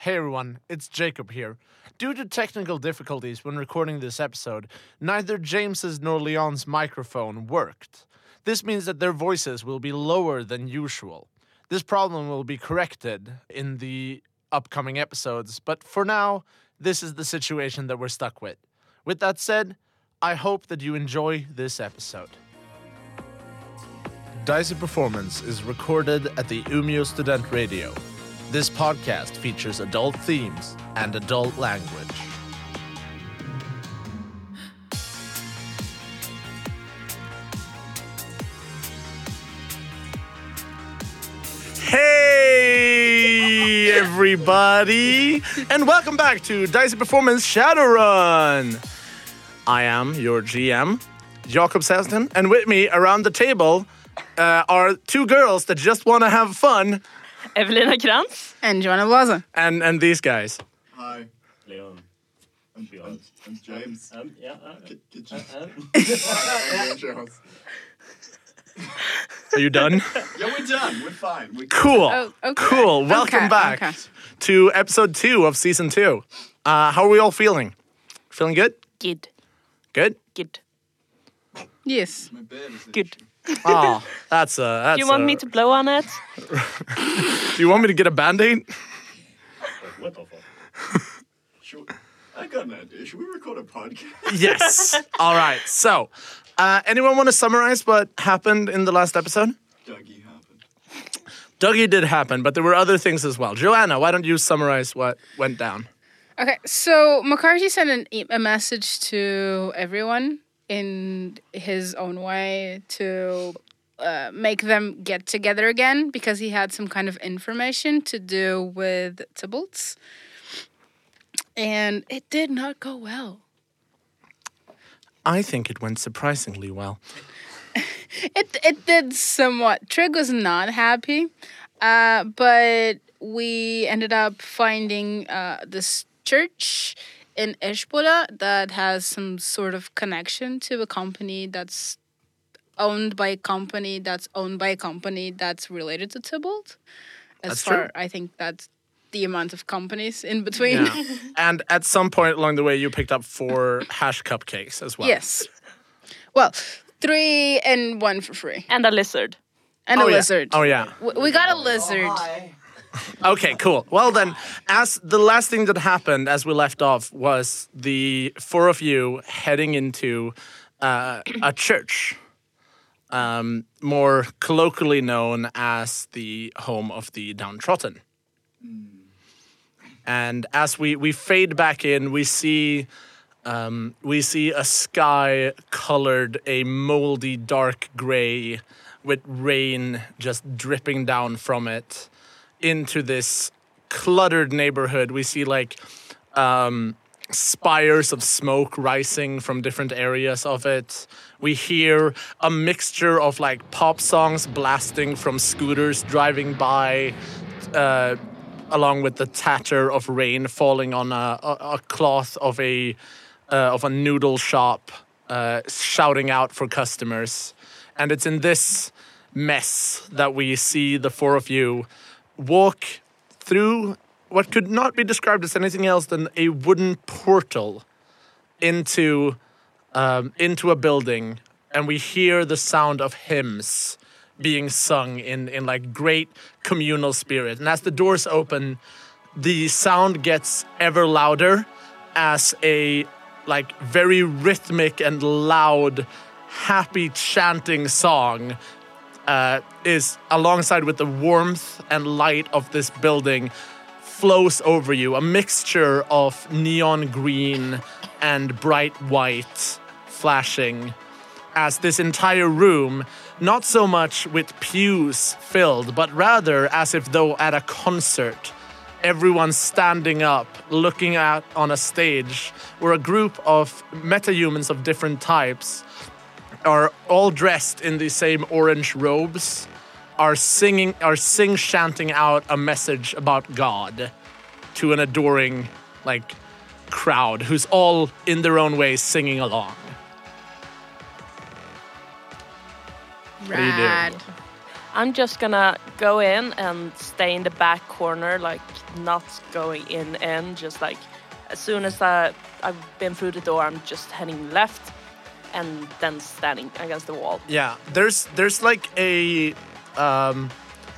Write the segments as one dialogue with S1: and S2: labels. S1: Hey everyone, it's Jacob here. Due to technical difficulties when recording this episode, neither James's nor Leon's microphone worked. This means that their voices will be lower than usual. This problem will be corrected in the upcoming episodes, but for now, this is the situation that we're stuck with. With that said, I hope that you enjoy this episode. Dicey Performance is recorded at the Umeå Student Radio. This podcast features adult themes and adult language. Hey, everybody, and welcome back to Dicey Performance Shadowrun. I am your GM, Jakob Saston, and with me around the table uh, are two girls that just want to have fun,
S2: Evelina Krantz.
S3: And Joanna Blaza.
S1: and and these guys.
S4: Hi,
S5: Leon.
S4: I'm, I'm, I'm James.
S5: Um, yeah. Uh,
S4: Get, get your,
S5: uh, um.
S4: get your house.
S1: Are you done?
S4: Yeah, we're done. We're fine. We're
S1: cool.
S3: Oh, okay.
S1: Cool. Welcome
S3: Okay,
S1: back
S3: okay.
S1: to episode two of season two. Uh, how are we all feeling? Feeling good?
S2: Good.
S1: Good.
S2: Good.
S3: Yes.
S4: My beard is
S2: Good.
S1: Oh, that's a. That's
S2: Do you want
S1: a-
S2: me to blow on it?
S1: Do you want me to get a band-aid?
S5: what the fuck?
S4: Should we- I got an idea. Should we record a podcast?
S1: yes. All right. So, uh, anyone want to summarize what happened in the last episode?
S4: Dougie happened.
S1: Dougie did happen, but there were other things as well. Joanna, why don't you summarize what went down?
S3: Okay, so McCarthy sent an e- a message to everyone in his own way to uh, make them get together again because he had some kind of information to do with Tybalt. And it did not go well.
S1: I think it went surprisingly well.
S3: It it did somewhat. Trig was not happy, uh, but we ended up finding uh, this church in Eshboda that has some sort of connection to a company that's owned by a company that's owned by a company that's related to Tybalt. As
S1: That's
S3: far
S1: true.
S3: I think that's the amount of companies in between.
S1: Yeah. and at some point along the way, you picked up four hash cupcakes as well.
S3: yes. Well, three and one for free,
S2: And a lizard.
S3: and
S1: Oh,
S3: a
S1: yeah.
S3: lizard.
S1: Oh, yeah.
S3: We- We got a lizard.
S1: Okay, cool. Well then, as the last thing that happened as we left off was the four of you heading into uh, a church, um, more colloquially known as the home of the downtrodden. And as we we fade back in, we see. Um, we see a sky colored a moldy dark gray with rain just dripping down from it into this cluttered neighborhood. We see like um, spires of smoke rising from different areas of it. We hear a mixture of like pop songs blasting from scooters driving by. Uh, Along with the tatter of rain falling on a, a, a cloth of a uh, of a noodle shop, uh, shouting out for customers, and it's in this mess that we see the four of you walk through what could not be described as anything else than a wooden portal into um, into a building, and we hear the sound of hymns being sung in in like great communal spirit. And as the doors open, the sound gets ever louder as a like very rhythmic and loud, happy chanting song uh, is alongside with the warmth and light of this building flows over you a mixture of neon green and bright white flashing as this entire room not so much with pews filled but rather as if though at a concert everyone standing up looking out on a stage where a group of metahumans of different types are all dressed in the same orange robes are singing are sing chanting out a message about God to an adoring like crowd who's all in their own way singing along.
S3: Rad.
S2: I'm just gonna go in and stay in the back corner, like not going in and just like as soon as I, I've been through the door, I'm just heading left and then standing against the wall.
S1: Yeah, there's there's like a um,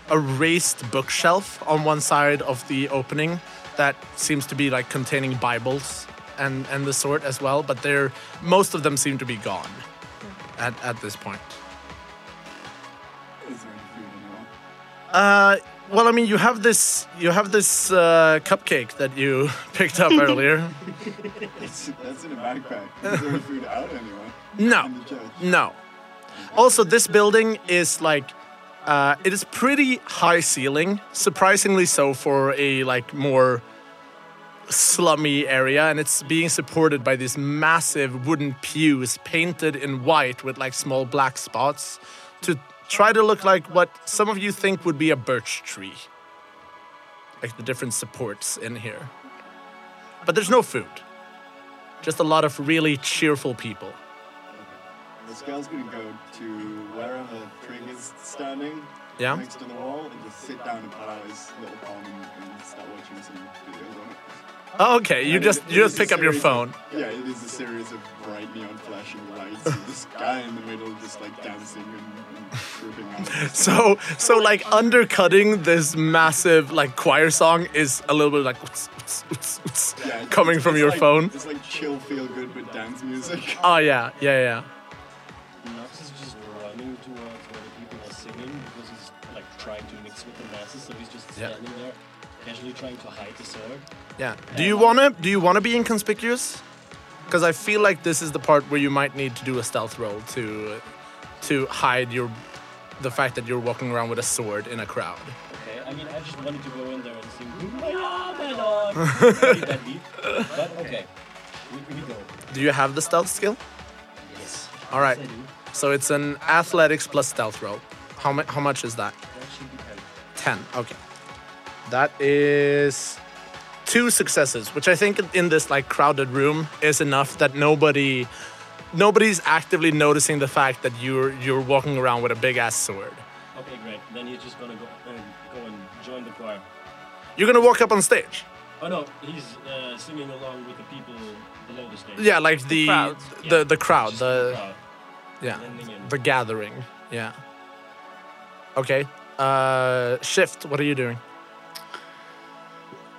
S1: a raised bookshelf on one side of the opening that seems to be like containing Bibles and and the sort as well, but they're most of them seem to be gone at at this point.
S5: Is there any food at all?
S1: Uh, well, I mean, you have this you have this uh, cupcake that you picked up earlier.
S5: It's, that's in a backpack. Is there any food out anywhere?
S1: No.
S5: I'm the judge.
S1: No. Also, this building is like uh, it is pretty high ceiling, surprisingly so for a like more slummy area, and it's being supported by these massive wooden pews painted in white with like small black spots to try to look like what some of you think would be a birch tree. Like the different supports in here. But there's no food. Just a lot of really cheerful people.
S5: The scale's gonna go to wherever Trig is standing.
S1: Yeah.
S5: Next to the wall and just sit down and put out his little palm and start watching some videos on it.
S1: Okay,
S5: I
S1: you
S5: mean,
S1: just
S5: it
S1: you
S5: is
S1: just
S5: a
S1: pick up your
S5: series
S1: phone.
S5: of- yeah, it is a series of bright neon flashing lights. and this guy in the middle just like dancing and, and tripping out.
S1: So so like undercutting this massive like choir song is a little bit like
S5: Yeah, it's-
S1: coming
S5: it's-
S1: from
S5: it's
S1: your
S5: like-
S1: phone.
S5: It's like chill, feel good, but dance music.
S1: Oh yeah, yeah, yeah.
S6: Knox is just running towards where the people are singing because he's like trying to mix with the masses, so he's just
S1: Yeah.
S6: standing there, casually trying to hide the sword.
S1: Yeah. Do you wanna do you wanna be inconspicuous? Because I feel like this is the part where you might need to do a stealth roll to to hide your the fact that you're walking around with a sword in a crowd.
S6: Okay, I mean, I just wanted to go in there and sing, "My Lord, my Lord," Not that deep, but okay, we, we go.
S1: Do you have the stealth skill?
S6: Yes.
S1: All right.
S6: Yes, I do.
S1: So it's an athletics plus stealth roll. How mu- how much is that?
S6: That should be kind
S1: 10. Okay. That is two successes, which I think in this like crowded room is enough that nobody nobody's actively noticing the fact that you're you're walking around with a big ass sword.
S6: Okay, great. Then you're just gonna go and go and join the choir.
S1: You're going to walk up on stage.
S6: Oh no, he's uh, singing along with the people below the stage.
S1: Yeah, like the
S2: crowd.
S1: the, the crowd,
S6: Just
S1: the
S6: crowd.
S1: yeah,
S6: blending in.
S1: the gathering. Yeah. Okay. Uh shift, what are you doing?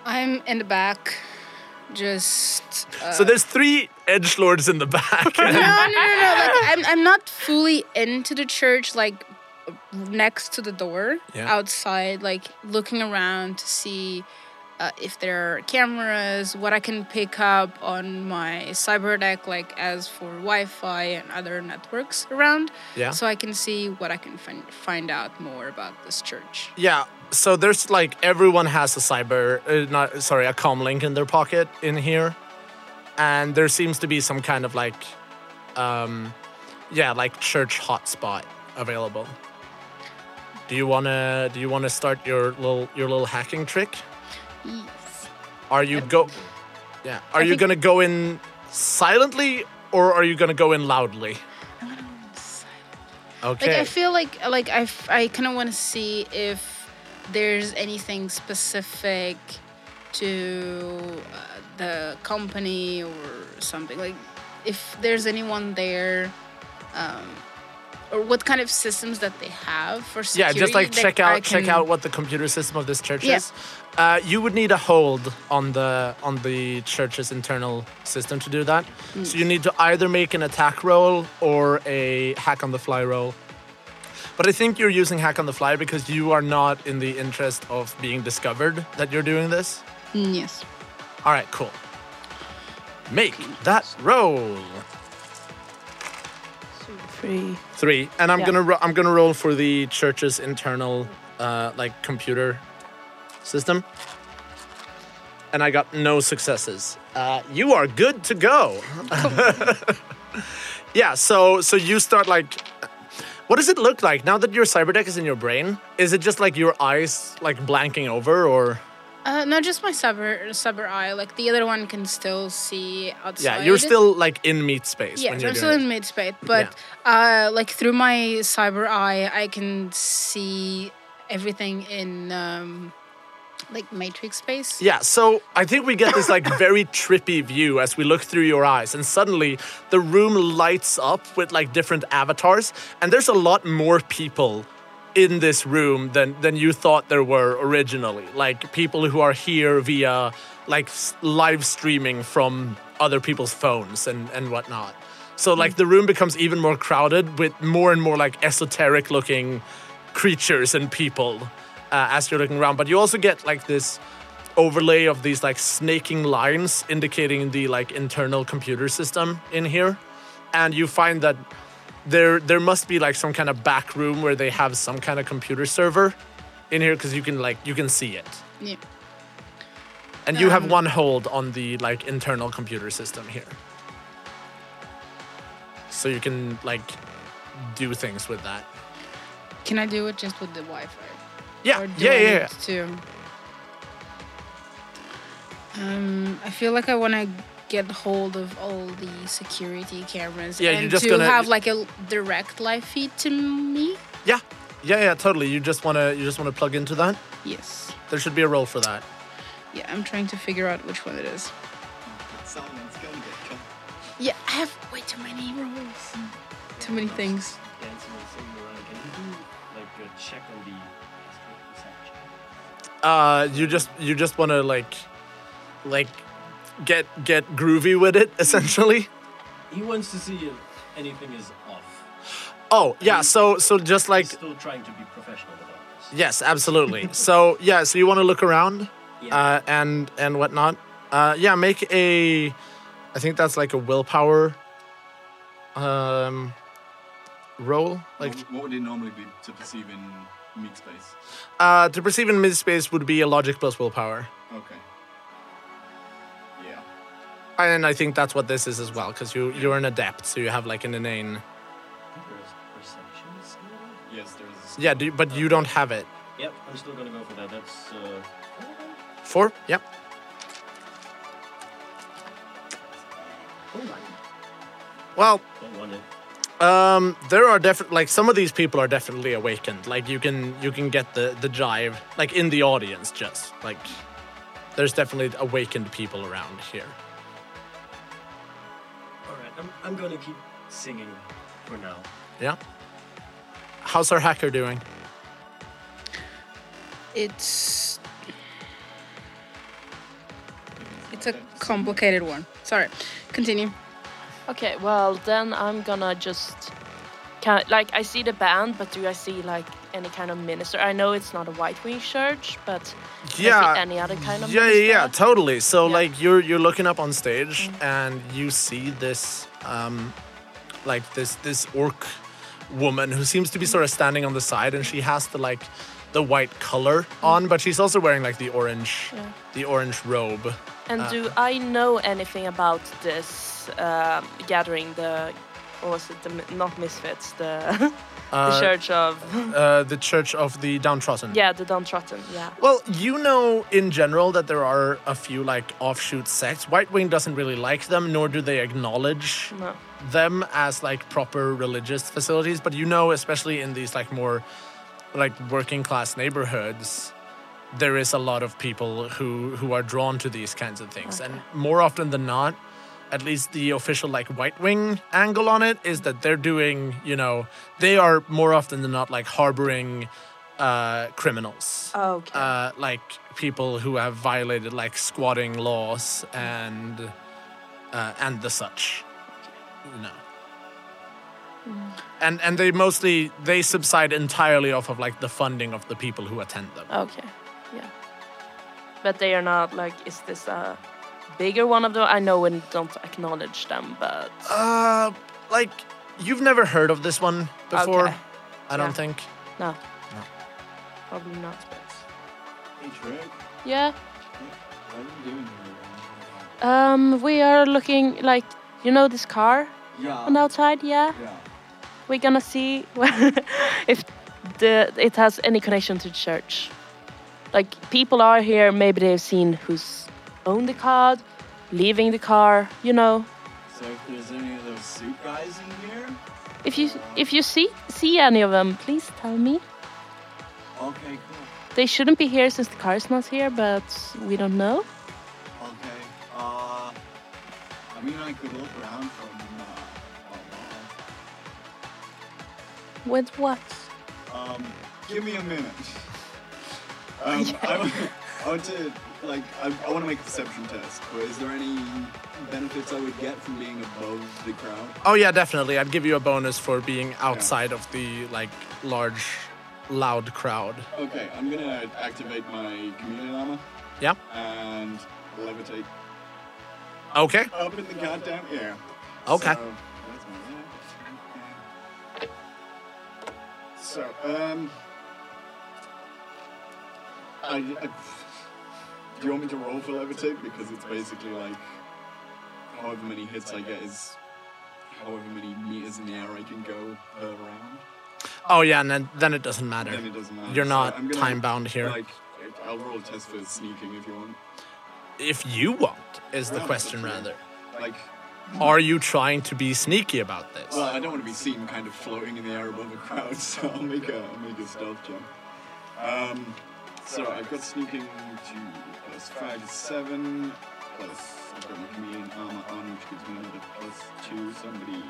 S3: I'm in the back, just. Uh,
S1: so there's three edge lords in the back.
S3: no, no, no, no, no. Like I'm, I'm not fully into the church. Like next to the door,
S1: Yeah.
S3: outside, like looking around to see uh, if there are cameras, what I can pick up on my cyber deck, like as for Wi-Fi and other networks around.
S1: Yeah.
S3: So I can see what I can find find out more about this church.
S1: Yeah. So there's like everyone has a cyber, uh, not sorry, a com link in their pocket in here, and there seems to be some kind of like, um, yeah, like church hotspot available. Do you wanna do you wanna start your little your little hacking trick?
S3: Yes.
S1: Are you go, yeah? Are
S3: I
S1: you
S3: think-
S1: gonna go in silently or are you gonna go in loudly?
S3: Like
S1: Okay.
S3: I feel like like I f- I kind of want to see if there's anything specific to uh, the company or something. Like if there's anyone there, um, or what kind of systems that they have for
S1: yeah,
S3: security.
S1: just like
S3: that
S1: check
S3: I
S1: out check
S3: can-
S1: out what the computer system of this church
S3: Yeah.
S1: is. Uh, you would need a hold on the on the church's internal system to do that.
S3: Mm.
S1: So you need to either make an attack roll or a hack on the fly roll. But I think you're using hack on the fly because you are not in the interest of being discovered that you're doing this.
S3: Mm, Yes.
S1: All right, cool. Make that roll.
S2: Three.
S1: Three, and I'm
S2: Yeah.
S1: gonna ro- I'm gonna roll for the church's internal uh, like computer system, and I got no successes. Uh, you are good to go. yeah, so so you start like, what does it look like now that your cyberdeck is in your brain? Is it just like your eyes like blanking over, or
S3: Uh, no, just my sub sub eye. Like the other one can still see outside.
S1: Yeah, you're still like in meat space.
S3: Yes,
S1: when you're
S3: I'm
S1: doing
S3: still
S1: it.
S3: in mid space, but uh, like through my cyber eye, I can see everything in um, like matrix space.
S1: Yeah, so I think we get this like very trippy view as we look through your eyes, and suddenly the room lights up with like different avatars, and there's a lot more people in this room than than you thought there were originally. Like people who are here via like s- live streaming from other people's phones and and whatnot. So like the room becomes even more crowded with more and more like esoteric looking creatures and people uh, as you're looking around. But you also get like this overlay of these like snaking lines indicating the like internal computer system in here and you find that there there must be like some kind of back room where they have some kind of computer server in here because you can like you can see it
S3: Yeah.
S1: and you
S3: Um.
S1: have one hold on the like internal computer system here so you can like do things with that
S3: Can I do it just with the Wi-Fi?
S1: yeah
S3: Or do
S1: yeah
S3: I
S1: yeah,
S3: need
S1: yeah.
S3: To? Um, I feel like I want to get hold of all the security cameras.
S1: Yeah,
S3: and
S1: you're just
S3: to
S1: gonna-
S3: have like a direct live feed to me.
S1: yeah yeah yeah totally you just want to you just want to plug into that
S3: Yes.
S1: there should be a role for that
S3: Yeah, I'm trying to figure out which one it is.
S4: Someone's gonna get cut.
S3: Yeah, I have way too many rules. Too many things.
S5: Dancing and singing around. Can you do like a check on the exact check?
S1: uh you just you just want to like like get get groovy with it essentially
S5: He wants to see if anything is off.
S1: oh yeah so so just like
S5: He's still trying to be professional about this.
S1: yes absolutely so yeah so you want to look around uh and and whatnot uh yeah make a i think that's like a willpower um roll like
S5: Mm-hmm.
S4: What- what would it normally be to perceive in meat space?
S1: uh to perceive in mid space would be a logic plus willpower
S4: Okay. Yeah.
S1: and i think that's what this is as well because you you're an adept so you have like an innate
S5: There's perception skill?
S4: Yes, there is.
S1: yeah do, you- but you don't have it
S5: Yep, I'm still gonna go for that. That's uh,
S1: four yep
S5: oh,
S1: well
S5: don't want it.
S1: Um, there are definitely like some of these people are definitely awakened. Like you can you can get the the jive like in the audience just like there's definitely awakened people around here.
S5: All right, I'm I'm gonna keep singing for now.
S1: Yeah. How's our hacker doing?
S3: It's it's a complicated one. Sorry. Continue.
S2: Okay, well then I'm gonna just can like I see the band, but do I see like any kind of minister? I know it's not a White Wing church, but I see any other kind of
S1: yeah, yeah,
S2: minister?
S1: yeah, totally. So
S2: Yeah. Mm-hmm.
S1: like you're you're looking up on stage and you see this um like this this orc woman who seems
S2: Mm-hmm.
S1: to be sort of standing on the side and she has the like the white color on, but she's also wearing like the orange
S2: Mm-hmm. Yeah. Mm-hmm.
S1: the orange robe.
S2: And do I know anything about this um gathering? The what was it? The mi- not misfits. The the church of
S1: Uh, the Church of the Downtrodden.
S2: yeah, the downtrodden. Yeah.
S1: Well, you know in general that there are a few like offshoot sects. White Wing doesn't really like them, nor do they acknowledge
S2: No.
S1: them as like proper religious facilities. But you know, especially in these like more like working class neighborhoods, there is a lot of people who who are drawn to these kinds of things, and more often than not, at least the official like White Wing angle on it is that they're doing you know they are more often than not like harboring uh, criminals
S2: Okay.
S1: uh, like people who have violated like squatting laws and uh, and the such. You know.
S2: Mm.
S1: And and they mostly they subside entirely off of like the funding of the people who attend them.
S2: okay. Yeah. But they are not like. Is this a bigger one of them? I know we don't acknowledge them, but
S1: Uh, like you've never heard of this one before,
S2: Okay.
S1: I don't
S2: Yeah.
S1: think.
S2: no. Probably not. But
S4: Hey, Shrek.
S2: yeah.
S4: What are you doing here?
S2: Um, we are looking like you know this car
S4: Yeah.
S2: on the outside. Yeah.
S4: Yeah.
S2: We're gonna see if the it has any connection to church. like people are here. Maybe they've seen who's owned the car, leaving the car. You know,
S7: So if there's any of those suit guys in here,
S2: if you if you see see any of them, please tell me.
S7: okay, cool.
S2: They shouldn't be here since the car is not here, but we don't know.
S7: Okay. Uh, I mean, I could look around from. Uh,
S2: With what?
S7: uh, um, give me a minute. Um, I, would, I would say, like, I, I want to make a perception test, but is there any benefits I would get from being above the crowd?
S1: Oh yeah, definitely. I'd give you a bonus for being outside of the like large, loud crowd.
S5: Okay, I'm gonna activate my chameleon armor
S1: Yeah.
S5: and levitate
S1: Okay.
S5: up in the goddamn air.
S1: Okay.
S5: So, that's my air. So, um, I, I, do you want me to roll for levitate because it's basically like however many hits I get is however many meters in the air I can go per round.
S1: Oh yeah, and then, then it doesn't matter.
S5: Then it doesn't matter.
S1: You're
S5: So
S1: not
S5: I'm gonna,
S1: time bound here.
S5: Like, I'll roll a test for sneaking if you want.
S1: if you want is the
S5: Well,
S1: question
S5: that's
S1: rather.
S5: Like,
S1: Are you trying to be sneaky about this?
S5: well, I don't want to be seen kind of floating in the air above a crowd, so I'll make a I'll make a stealth jump. Um, so I've got sneaking to plus five to seven, plus I've got my chameleon armor on, which gives me another plus two. Somebody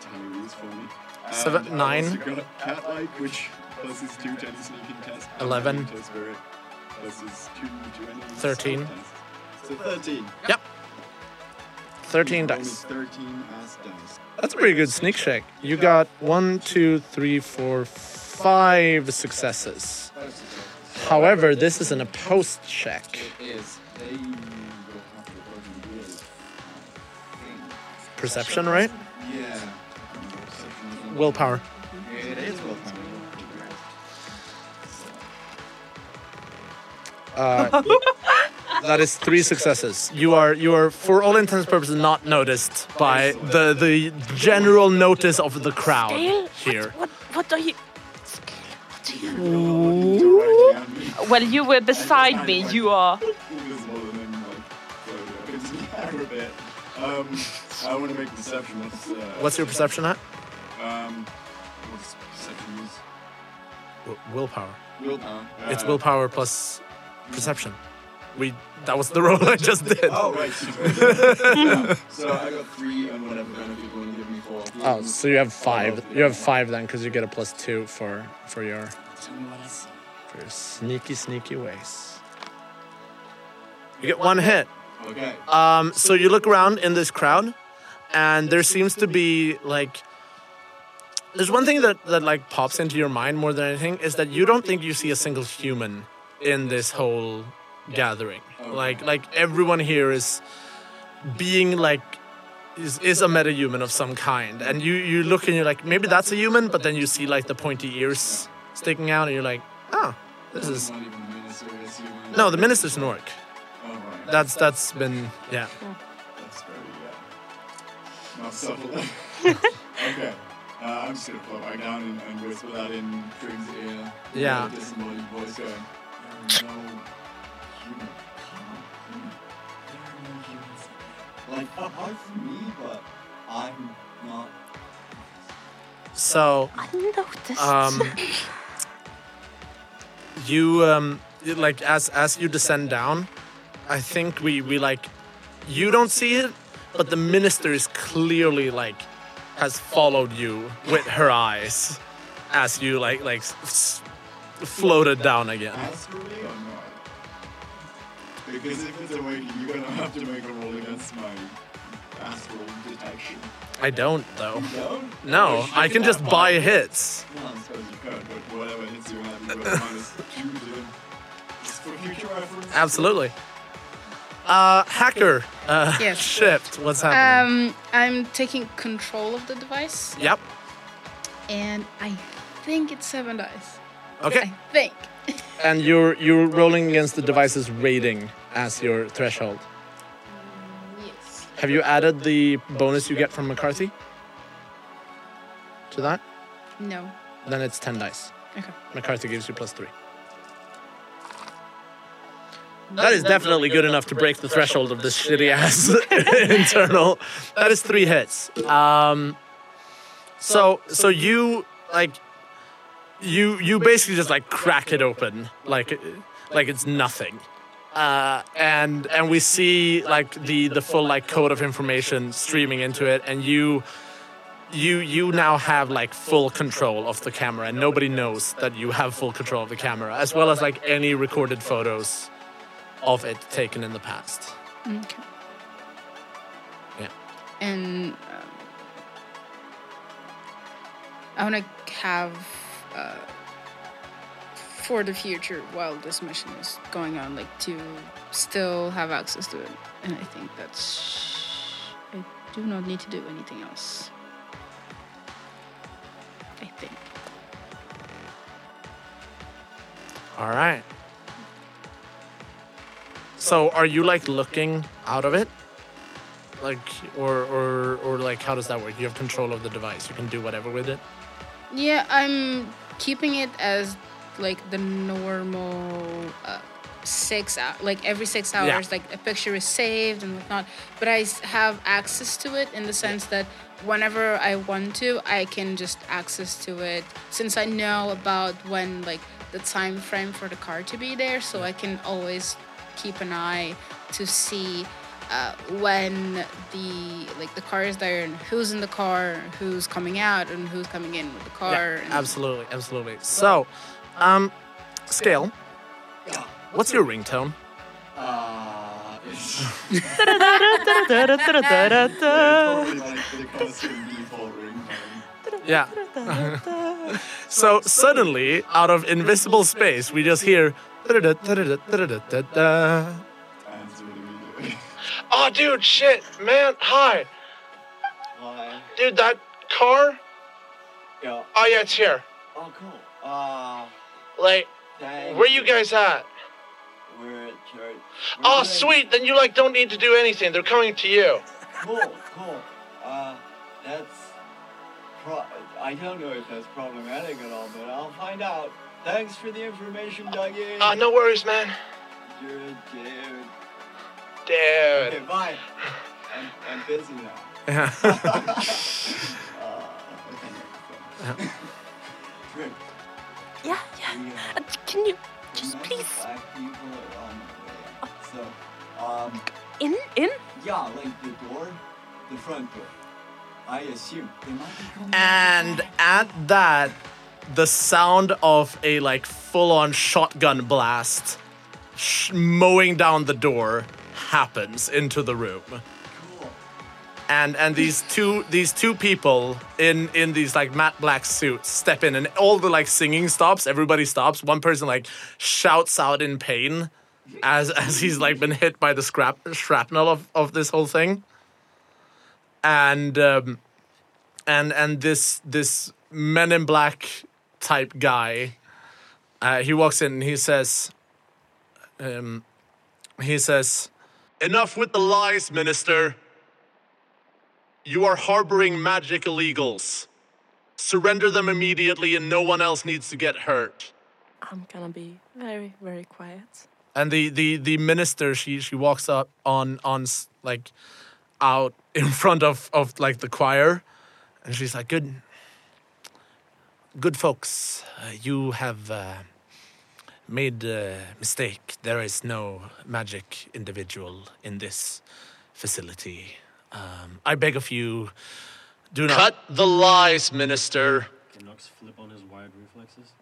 S5: tally these for me. And
S1: Seven-
S5: I've
S1: nine.
S5: also got cat-like, which pluses two to any sneaking test. and
S1: Eleven.
S5: any Test where it pluses two to any stealth
S1: Thirteen.
S5: test. So thirteen.
S1: yep. 13
S5: Roll me
S1: dice.
S5: Thirteen ass dice.
S1: That's a pretty good sneak check. You got one, two, three, four, five successes. However, this is an opposed check.
S5: is they will have to go and do it.
S1: Perception, right?
S5: Yeah.
S1: Willpower.
S5: It is well time.
S1: Uh, that is three successes. You are you are for all intents and purposes not noticed by the the general notice of the crowd
S2: Dale,
S1: here.
S2: What, what are you? What do you?
S5: Ooh.
S2: Well, you were beside me. You are.
S5: Um, I want to make perception. What's, uh,
S1: What's your perception at?
S5: Um, what's perception use?
S1: W- willpower.
S5: Willpower.
S1: It's
S5: Uh,
S1: willpower plus perception. We that was the roll I just did.
S5: Oh, right. Yeah, So I got three on whatever benefit you want to give me for.
S1: Oh, so you have five. You have five then, because you get a plus two for for your
S5: Tell me what I see.
S1: for your sneaky sneaky ways. You get one hit.
S5: Okay.
S1: Um, so you look around in this crowd, and there seems to be like. There's one thing that, that like pops into your mind more than anything is that you don't think you see a single human in this whole gathering. Like like everyone here is being like is, is a meta human of some kind. And you, you look and you're like, maybe that's a human, but then you see like the pointy ears sticking out and you're like, oh, this is
S5: Not even a minister, is he?
S1: No, the minister's an orc.
S5: Oh, right.
S1: That's that's been yeah.
S5: That's very, uh, not subtle. okay. Uh, I'm just gonna put back down and, and whisper that in Trim's ear.
S1: Yeah.
S5: With a disembodied voice going, "There are no human- come on, there are no humans in here." Like, apart from me, but I'm not.
S1: So
S2: I noticed.
S1: um, you um, you- like as as you descend down, I think we we like you don't see it, but the minister is clearly like has followed you with her eyes as you like like s- s- floated down again.
S5: Astrally or not? Because if it's awakening, you're gonna have to make a roll against my astral detection.
S1: I don't though.
S5: No?
S1: No, I can just buy hits.
S5: Well, I suppose you could, but whatever hits you have, you got minus two to them. Just for future reference.
S1: Absolutely. Uh, hacker. Uh,
S3: Yes.
S1: Shift. What's happening?
S3: Um, I'm taking control of the device,
S1: yep.
S3: and I think it's seven dice.
S1: Okay.
S3: I think.
S1: And you're you're rolling against the device's rating as your threshold.
S3: Yes.
S1: Have you added the bonus you get from McCarthy to that?
S3: No.
S1: Then it's ten dice.
S3: Okay.
S1: McCarthy gives you plus three. That is definitely good enough to break the threshold of this shitty ass internal. That is three hits. Um, so so you like you you basically just like crack it open like like it's nothing. Uh, and and we see like the the full like code of information streaming into it, and you you you now have like full control of the camera and nobody knows that you have full control of the camera as well as like any recorded photos of it taken in the past
S3: Okay.
S1: Yeah.
S3: And um, I want to have uh, for the future while this mission is going on, like to still have access to it. And I think that's. I do not need to do anything else. I think.
S1: all right so are you like looking out of it like or or or like how does that work you have control of the device you can do whatever with it
S3: Yeah, I'm keeping it as like the normal uh, six hours, like every six hours,
S1: Yeah.
S3: like a picture is saved and whatnot. But I s- have access to it in the sense that whenever I want to, I can just access to it since I know about when like the time frame for the car to be there, so I can always keep an eye to see uh, when the like the car is there and who's in the car, who's coming out, and who's coming in with the car. and-
S1: absolutely absolutely so um scale what's your ringtone
S4: Ah, it's
S1: yeah.
S4: totally like the custom default ringtone.
S1: so suddenly, out of invisible space, we just hear. Oh,
S4: That's what we do.
S1: dude, shit, man, hi,
S4: Hi.
S1: dude, that car.
S4: Yeah.
S1: Oh yeah, it's here.
S4: Oh, cool. Ah,
S1: Like,
S4: thanks.
S1: where you guys at?
S4: We're at church. We're
S1: Oh,
S4: doing-
S1: sweet. Then you like don't need to do anything. They're coming to you.
S4: Cool, cool. Uh, that's. Pro- I don't know if that's problematic at all, but I'll find out. Thanks for the information, Dougie.
S1: Oh, no worries, man.
S4: You're a dude. Okay,
S1: Dude.
S4: bye. I'm, I'm busy now. Uh, okay. Rick,
S2: Yeah, yeah.
S4: we, uh,
S2: Uh, Can you just
S4: met
S2: please
S4: Black people are on the way. So, um,
S2: in in?
S4: yeah, like the door, the front door. I assume they might be coming.
S1: And at that, the sound of a like full on shotgun blast sh- mowing down the door happens into the room.
S4: Cool.
S1: And and these two these two people in in these like matte black suits step in and all the like singing stops, everybody stops. One person like shouts out in pain as as he's like been hit by the scrap shrapnel of, of this whole thing. And um and and this this men in black type guy uh, he walks in and he says um, he says enough with the lies minister you are harboring magic illegals surrender them immediately and no one else needs to get hurt
S2: I'm gonna be very very quiet.
S1: and the the the minister she she walks up on on s- like out in front of of like the choir and she's like good good folks uh, you have uh, made a mistake there is no magic individual in this facility um, i beg of you do not cut the lies minister
S6: Can Nux flip on his wired reflexes?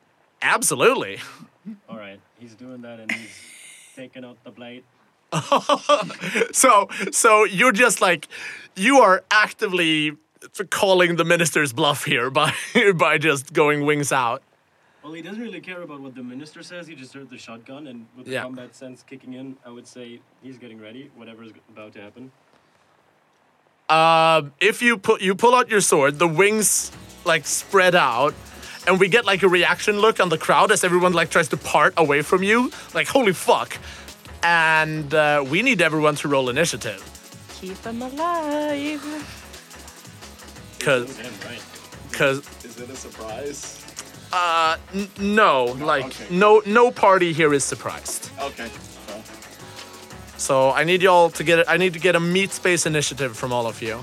S1: absolutely
S6: All right, he's doing that and he's taking out the blade.
S1: so so you're just like you are actively calling the minister's bluff here by by just going wings out
S6: Well, he doesn't really care about what the minister says. He just heard the shotgun, and with
S1: Yeah.
S6: the combat sense kicking in, I would say he's getting ready. Whatever is about to happen.
S1: um, if you put you pull out your sword the wings like spread out and we get like a reaction look on the crowd as everyone like tries to part away from you like holy fuck and uh, we need everyone to roll initiative
S2: Keep them alive.
S1: because
S6: Damn right.
S1: because
S4: Is it a surprise?
S1: uh, n- no like
S4: okay.
S1: no no party here is surprised
S4: Okay.
S1: So I need y'all to get. I need to get a meat space initiative from all of you.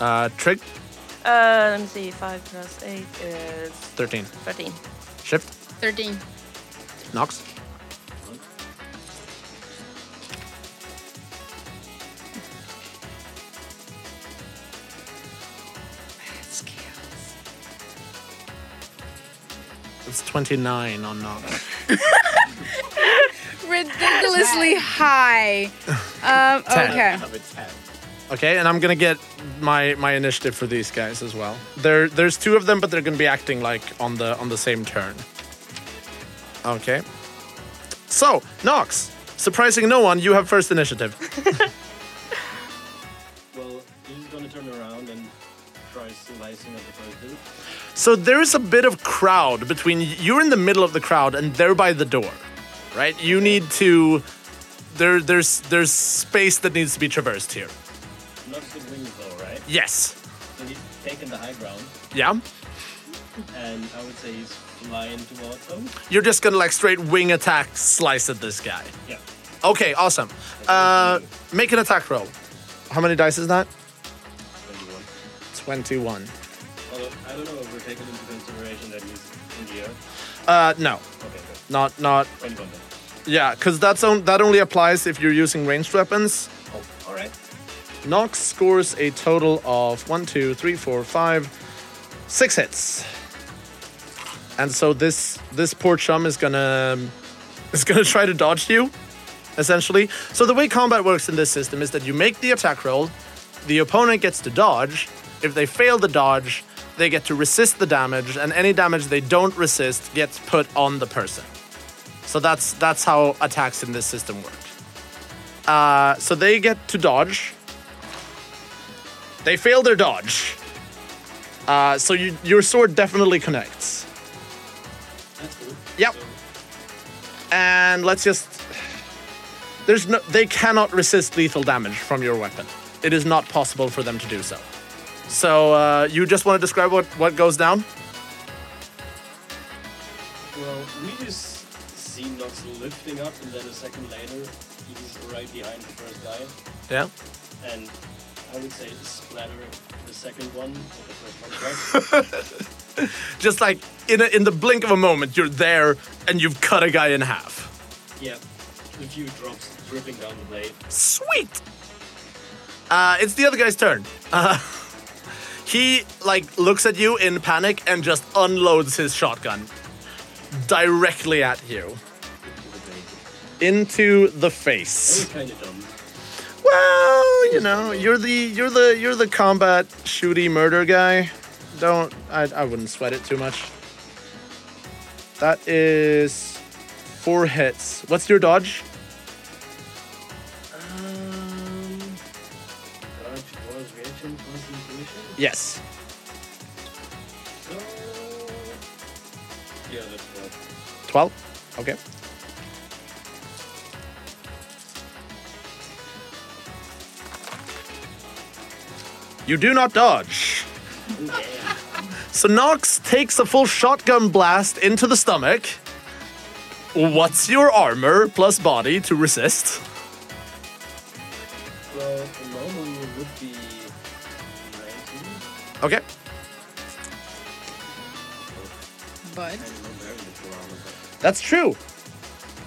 S1: Uh, Trig,
S2: Uh, let me see. Five plus eight is
S1: thirteen.
S2: thirteen.
S1: Shift,
S3: 13.
S1: Nox. It's twenty-nine on Nox.
S3: Ridiculously high. Um,
S1: Ten.
S3: okay.
S8: Have a 10.
S1: Okay, and I'm gonna get my my initiative for these guys as well. There there's two of them, but they're gonna be acting like on the on the same turn. Okay. So, Nox, surprising no one, you have first initiative.
S6: Well, he's gonna turn around and try slicing at the first dude.
S1: So there is a bit of crowd between you're in the middle of the crowd and they're by the door. Right? You need to there there's there's space that needs to be traversed here.
S6: Not the wings though, right?
S1: Yes.
S6: So he's taking the high ground,
S1: Yeah?
S6: and I would say he's flying towards them.
S1: You're just gonna like straight wing attack slice at this guy.
S6: Yeah.
S1: Okay, awesome. Uh, make an attack roll. How many dice is that?
S6: 21.
S1: 21.
S6: Although, I don't know if we're taking into consideration that he's in the air.
S1: Uh, no,
S6: Okay, good.
S1: not, not,
S6: 21 then.
S1: yeah, because that's on, that only applies if you're using ranged weapons.
S6: Oh, alright.
S1: Nox scores a total of one, two, three, four, five, six hits. And so this this poor chum is gonna is gonna try to dodge you, essentially. So the way combat works in this system is that you make the attack roll, the opponent gets to dodge. If they fail the dodge, they get to resist the damage, and any damage they don't resist gets put on the person. So that's that's how attacks in this system work. Uh, so they get to dodge. They fail their dodge. Uh, so you, your sword definitely connects.
S6: That's cool.
S1: Yep. And let's just. There's no. They cannot resist lethal damage from your weapon. It is not possible for them to do so. So uh, you just want to describe what what goes down?
S6: Well, we just see Nox lifting up, and then a second later, he's right behind the first guy,
S1: Yeah.
S6: and I would say splatter the second one, or the first one first.
S1: Just like in a, in the blink of a moment, you're there and you've cut a guy in half.
S6: yeah, a few drops dripping down the blade.
S1: Sweet. Uh, it's the other guy's turn. Uh, he like looks at you in panic and just unloads his shotgun directly at you into the
S6: That was
S1: face.
S6: kind of dumb.
S1: Well, you know, you're the you're the you're the combat shooty murder guy. Don't I, I wouldn't sweat it too much. That is four hits. What's your dodge?
S6: Um, dodge was reaction plus intuition.
S1: Yes.
S6: So, yeah, that's what.
S1: 12? Okay. You do not dodge. so Nox takes a full shotgun blast into the stomach. What's your armor plus body to resist?
S6: Well, normally it would be 19.
S1: Okay.
S3: But
S6: I don't know where the Kurama, but
S1: That's true.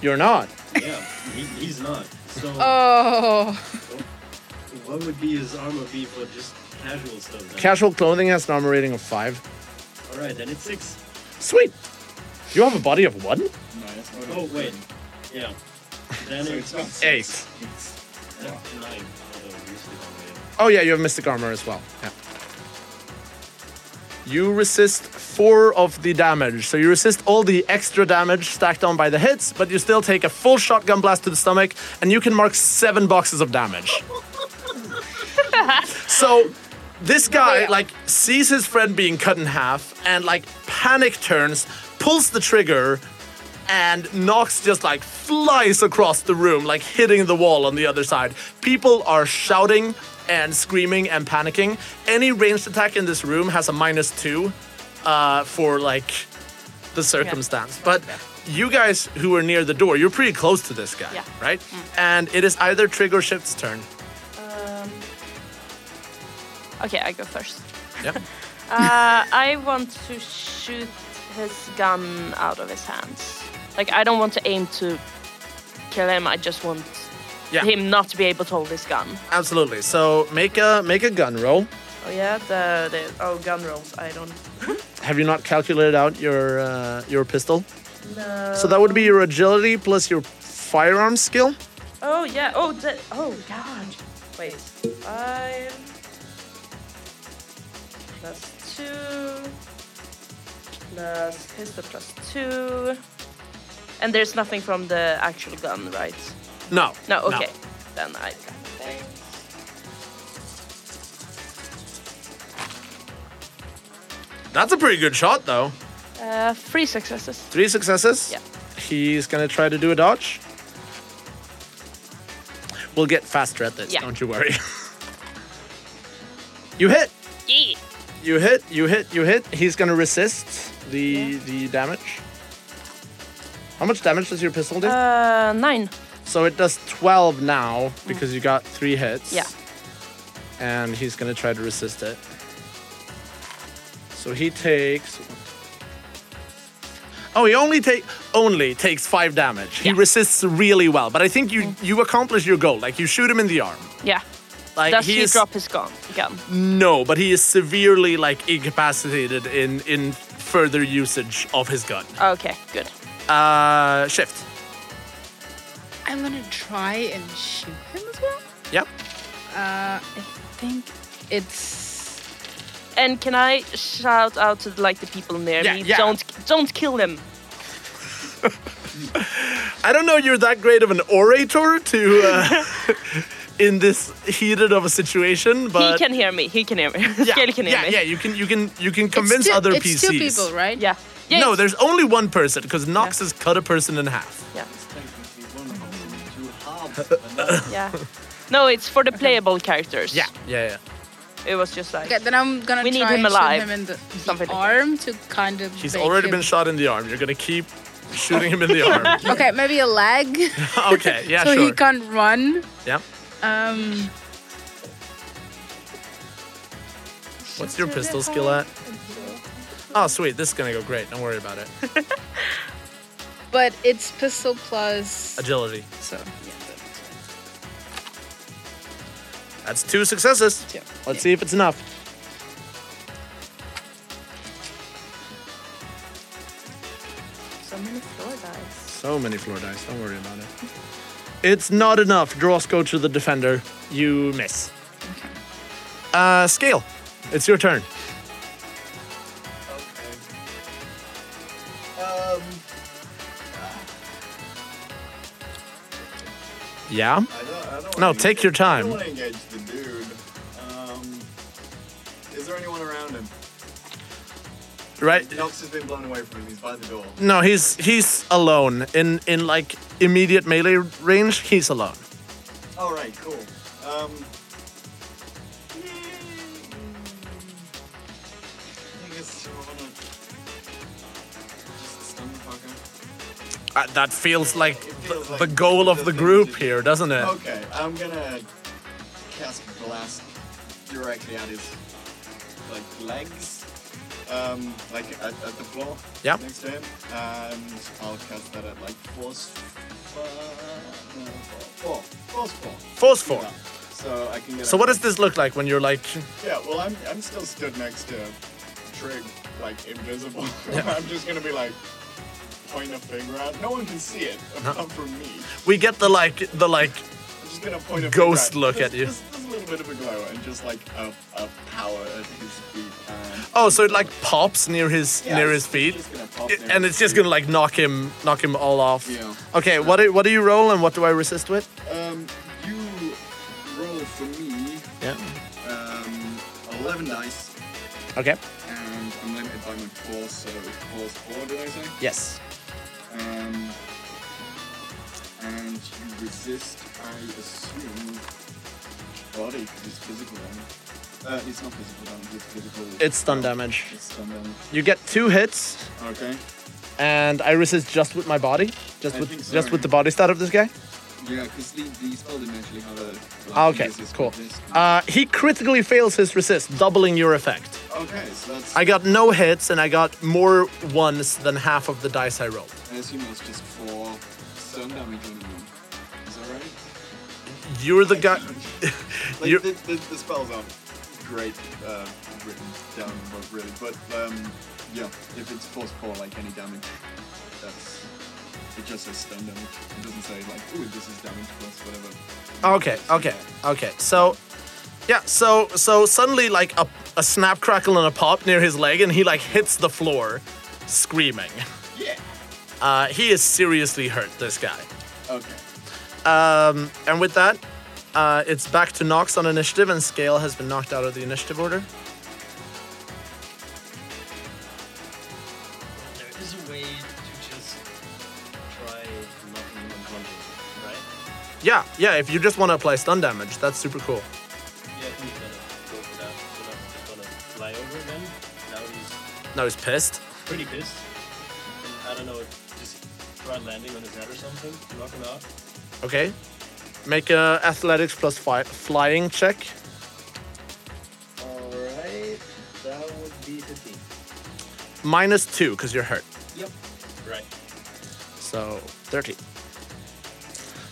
S1: You're not.
S6: yeah, he, he's not. So,
S3: oh,
S6: what would be his armor be for just casual stuff? Then?
S1: Casual clothing has an armor rating of 5.
S6: All right, then it's six.
S1: Sweet. You have a body of 1?
S5: No, that's not
S6: Oh
S5: it.
S6: wait, yeah. Then
S5: So
S6: it's
S5: it's not
S6: uh,
S1: 8.
S6: nine. although usually I'm
S1: Oh yeah, you have mystic armor as well. Yeah. You resist four of the damage, so you resist all the extra damage stacked on by the hits, but you still take a full shotgun blast to the stomach, and you can mark seven boxes of damage. so, this guy
S3: Yeah.
S1: like sees his friend being cut in half, and like panic turns, pulls the trigger, and Nox just like flies across the room, like hitting the wall on the other side. People are shouting and screaming and panicking. Any ranged attack in this room has a minus two uh, for like the circumstance, but you guys who were near the door, you're pretty close to this guy,
S2: Yeah.
S1: right? And it is either Trig or Shift's turn.
S2: Okay, I go first.
S1: Yep.
S2: Uh, I want to shoot his gun out of his hands. Like, I don't want to aim to kill him. I just want
S1: Yeah.
S2: him not to be able to hold his gun.
S1: Absolutely. So make a make a gun roll.
S2: Oh, yeah? The, the Oh, gun rolls. I don't
S1: Have you not calculated out your uh, your pistol?
S2: know.
S1: So that would be your agility plus your firearm skill.
S2: Oh, yeah. Oh, the, oh God. Wait. Five. Plus two. Plus pistol plus two. And there's nothing from the actual gun, right?
S1: No.
S2: No, okay. Then I got it.
S1: That's a pretty good shot though.
S2: Uh, three successes.
S1: Three successes.
S2: Yeah.
S1: He's gonna try to do a dodge. We'll get faster at this.
S2: Yeah.
S1: Don't you worry. you hit.
S2: Yeah.
S1: You hit. You hit. You hit. He's gonna resist the the damage. How much damage does your pistol do?
S2: Uh, nine.
S1: so it does 12 now because you got three hits.
S2: Yeah.
S1: And he's gonna try to resist it. So he takes. Oh, he only take only takes five damage. He
S2: Yeah. Mm-hmm.
S1: resists really well, but I think you you accomplish your goal. Like you shoot him in the arm.
S2: Yeah.
S1: Like
S2: Does
S1: he
S2: he
S1: is-
S2: drop his gun? Gun.
S1: No, but he is severely like incapacitated in in further usage of his gun.
S2: Okay, good.
S1: Uh, shift.
S3: I'm gonna try and shoot him as well.
S1: Yeah.
S3: Uh, I think it's
S2: And can I shout out to like the people near
S1: Yeah,
S2: me?
S1: yeah.
S2: Don't don't kill him.
S1: I don't know you're that great of an orator to uh, in this heated of a situation, but
S2: he can hear me. He can hear me.
S1: yeah,
S2: Gail can hear
S1: yeah,
S2: me.
S1: yeah, you can you can you can convince
S3: it's two,
S1: other
S3: it's
S1: PCs.
S3: two people, right?
S2: Yeah. Yeah,
S1: no,
S2: it's-
S1: there's only one person because Nox has cut a person in half.
S2: Yeah.
S5: Technically, one person, two halves, another
S2: Yeah. No, it's for the playable characters.
S1: Yeah, yeah, yeah.
S2: It was just like
S3: Okay, then I'm gonna
S2: We
S3: try
S2: need him
S3: and shoot
S2: alive.
S3: him in the, the
S2: Something like that.
S3: arm to kind of.
S1: He's
S3: break
S1: already
S3: him.
S1: been shot in the arm. You're gonna keep shooting him in the arm.
S3: Okay, maybe a leg,
S1: okay, yeah,
S3: so
S1: sure.
S3: he can't run.
S1: yeah.
S3: Um,
S1: What's your pistol skill at? Oh, sweet. This is gonna go great. Don't worry about it.
S3: but it's pistol plus.
S1: Agility.
S3: So yeah,
S1: That's two successes.
S3: Two.
S1: Let's see if it's enough.
S2: so many floor dice.
S1: So many floor dice. Don't worry about it. It's not enough. Draws go to the defender. You miss. Uh, scale. It's your turn.
S5: Okay. Um,
S1: Yeah.
S5: I don't, I don't
S1: No,
S5: wanna
S1: take
S5: engage-
S1: your
S5: I
S1: time.
S5: don't want to engage the dude. Um, is there anyone around him?
S1: Right.
S5: Nox has been blown away from him. He's by the door.
S1: No, he's he's alone in in like immediate melee range. He's alone.
S5: All right, cool. Um, I guess I wanna just stun the fucker.
S1: Uh, that feels like
S5: It
S1: the,
S5: feels like
S1: the goal of
S5: the
S1: the
S5: thing
S1: group
S5: to do.
S1: here, doesn't it?
S5: Okay, I'm gonna cast blast directly at his like legs, um, like at, at the floor.
S1: Yeah.
S5: Next to him, and I'll cast that at like force four, no, four, four, force four.
S1: Force four.
S5: Yeah. So I can get.
S1: So
S5: a-
S1: what does this look like when you're like?
S5: Yeah, well, I'm, I'm still stood next to Trig, like invisible. I'm just gonna be like, point a finger at. No one can see it apart from me.
S1: We get the like the like
S5: I'm just gonna point a
S1: Ghost
S5: finger
S1: look
S5: There's-
S1: at you.
S5: There's, there's a little bit of a glow and just like a, a power at his feet. And
S1: oh, so it like pops near his
S5: Yeah,
S1: near
S5: it's-
S1: his feet,
S5: it's just gonna pop
S1: It-
S5: near
S1: and
S5: his
S1: it's just
S5: feet.
S1: gonna like knock him knock him all off.
S5: Yeah.
S1: Okay, what do, what do you roll and what do I resist with?
S5: Um, you roll for me
S1: Yeah.
S5: um, 11 dice,
S1: Okay.
S5: and I'm limited by my force, so force four, did I say?
S1: Yes.
S5: Um, and you resist, I assume, body, because it's physical damage. Uh, it's not physical damage, it's physical.
S1: It's stun damage.
S5: It's stun damage.
S1: You get two hits.
S5: Okay.
S1: and I resist just with my body, just
S5: I
S1: with
S5: think so.
S1: just with the body stat of this guy.
S5: Yeah, because the, the spell didn't actually have a.
S1: Ah, okay,
S5: resist
S1: cool.
S5: resist.
S1: Uh, he critically fails his resist, doubling your effect.
S5: Okay, so that's.
S1: I got no hits, and I got more ones than half of the dice I rolled.
S5: I assume that's just for stun damage on him. Is that right?
S1: You're the guy.
S5: Like,
S1: You're-
S5: the, the, the spells aren't great uh, written down, but really. But um, yeah, if it's force four, like any damage, that's. It just says stun damage. It doesn't say, like, ooh, this is damage plus whatever.
S1: Okay, okay, okay. So, yeah. So, so suddenly, like a, a snap, crackle, and a pop near his leg, and he like hits the floor, screaming.
S5: Yeah!
S1: Uh, he is seriously hurt. This guy.
S5: Okay.
S1: Um, and with that, uh, it's back to Nox on initiative, and Scale has been knocked out of the initiative order.
S6: There is a way to just try knocking him unconscious, right?
S1: Yeah, yeah. If you just want to apply stun damage, that's super cool.
S6: Yeah, I think we're gonna go for that. We're not just gonna fly over then. Now he's
S1: No, he's pissed.
S6: pretty pissed. And I don't know, just try landing on his head or something to knock him out.
S1: Okay. Make a athletics plus fi- flying check.
S6: Alright, that would be 15.
S1: Minus two, because you're hurt.
S6: Yep. Right.
S1: So 13.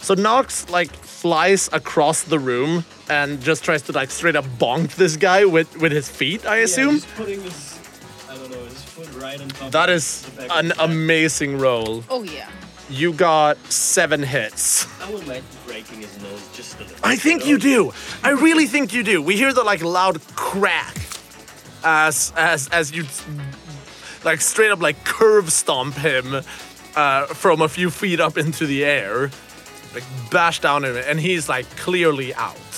S1: So Nox like flies across the room and just tries to like straight up bonk this guy with with his feet, I
S6: Yeah,
S1: assume.
S6: he's putting his, I don't know, his foot right on top
S1: That
S6: of
S1: is
S6: the back of
S1: an
S6: his neck.
S1: amazing roll.
S3: Oh yeah.
S1: You got 7 hits.
S6: I would like breaking his nose just a little.
S1: I think you do. I really think you do. We hear the like loud crack as as as you like straight up like curve stomp him uh, from a few feet up into the air, like bash down him, and he's like clearly out.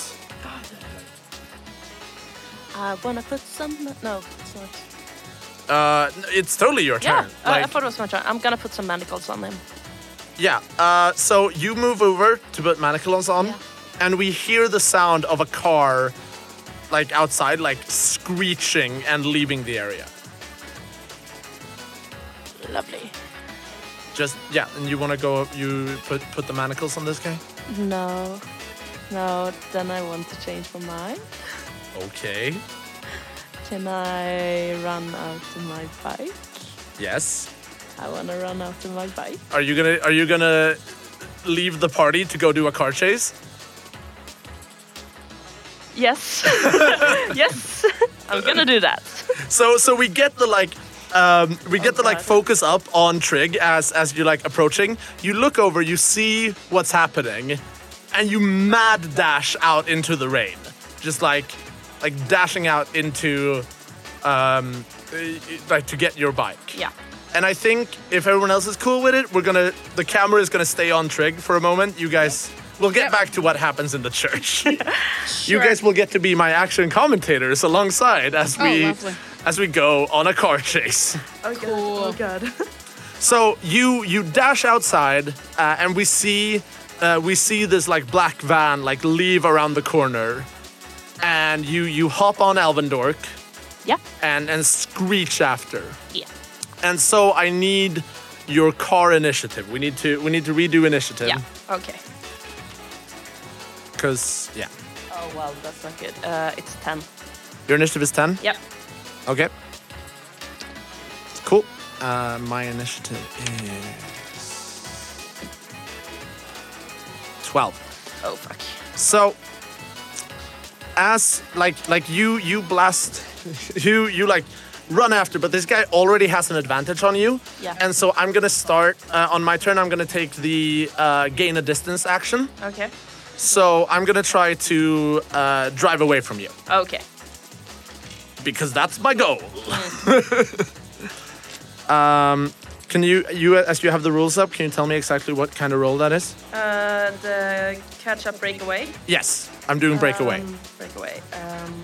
S2: I wanna put some. No, it's not.
S1: Uh, n- it's totally your
S2: Yeah, uh,
S1: turn.
S2: I- I
S1: like,
S2: thought it was my turn. I'm gonna put some manacles on him.
S1: yeah. Uh, so you move over to put manacles on,
S2: Yeah.
S1: and we hear the sound of a car, like outside, like screeching and leaving the area.
S2: Lovely.
S1: Just yeah, and you want to go? You put put the manacles on this guy?
S2: No, no. Then I want to change my mind.
S1: Okay.
S2: Can I run out to my bike?
S1: Yes.
S2: I wanna run out to my bike.
S1: Are you gonna Are you gonna leave the party to go do a car chase?
S2: Yes, yes. I'm gonna do that.
S1: So so we get the like. Um, we get the like
S2: God.
S1: focus up on Trig as as you're like approaching. You look over, you see what's happening, and you mad dash out into the rain, just like like dashing out into um, eh, eh, like to get your bike.
S2: Yeah.
S1: And I think if everyone else is cool with it, we're gonna the camera is gonna stay on Trig for a moment. You guys we'll get back to what happens in the church. You guys will get to be my action commentators alongside as
S3: Oh,
S1: we
S3: lovely.
S1: as we go on a car chase.
S2: Oh god.
S3: oh
S2: god.
S1: So you you dash outside, uh, and we see uh, we see this like black van like leave around the corner, and you you hop on Alvendork
S2: Yeah.
S1: and and screech after.
S2: Yeah.
S1: And so I need your car initiative. We need to we need to redo initiative.
S2: Yeah. Okay.
S1: Cause yeah.
S2: Oh well, that's not good. Uh, it's ten.
S1: Your initiative is ten?
S2: Yep.
S1: Okay. Cool. Uh, my initiative is twelve.
S2: Oh fuck.
S1: So as like like you you blast you you like run after but this guy already has an advantage on you
S2: Yeah.
S1: and so i'm gonna start uh, on my turn i'm gonna take the uh, gain a distance action
S2: Okay.
S1: so i'm gonna try to uh, drive away from you
S2: Okay.
S1: because that's my goal um, can you you as you have the rules up can you tell me exactly what kind of roll that is
S2: Uh, the catch up breakaway.
S1: yes i'm doing breakaway
S2: Um, breakaway. Um,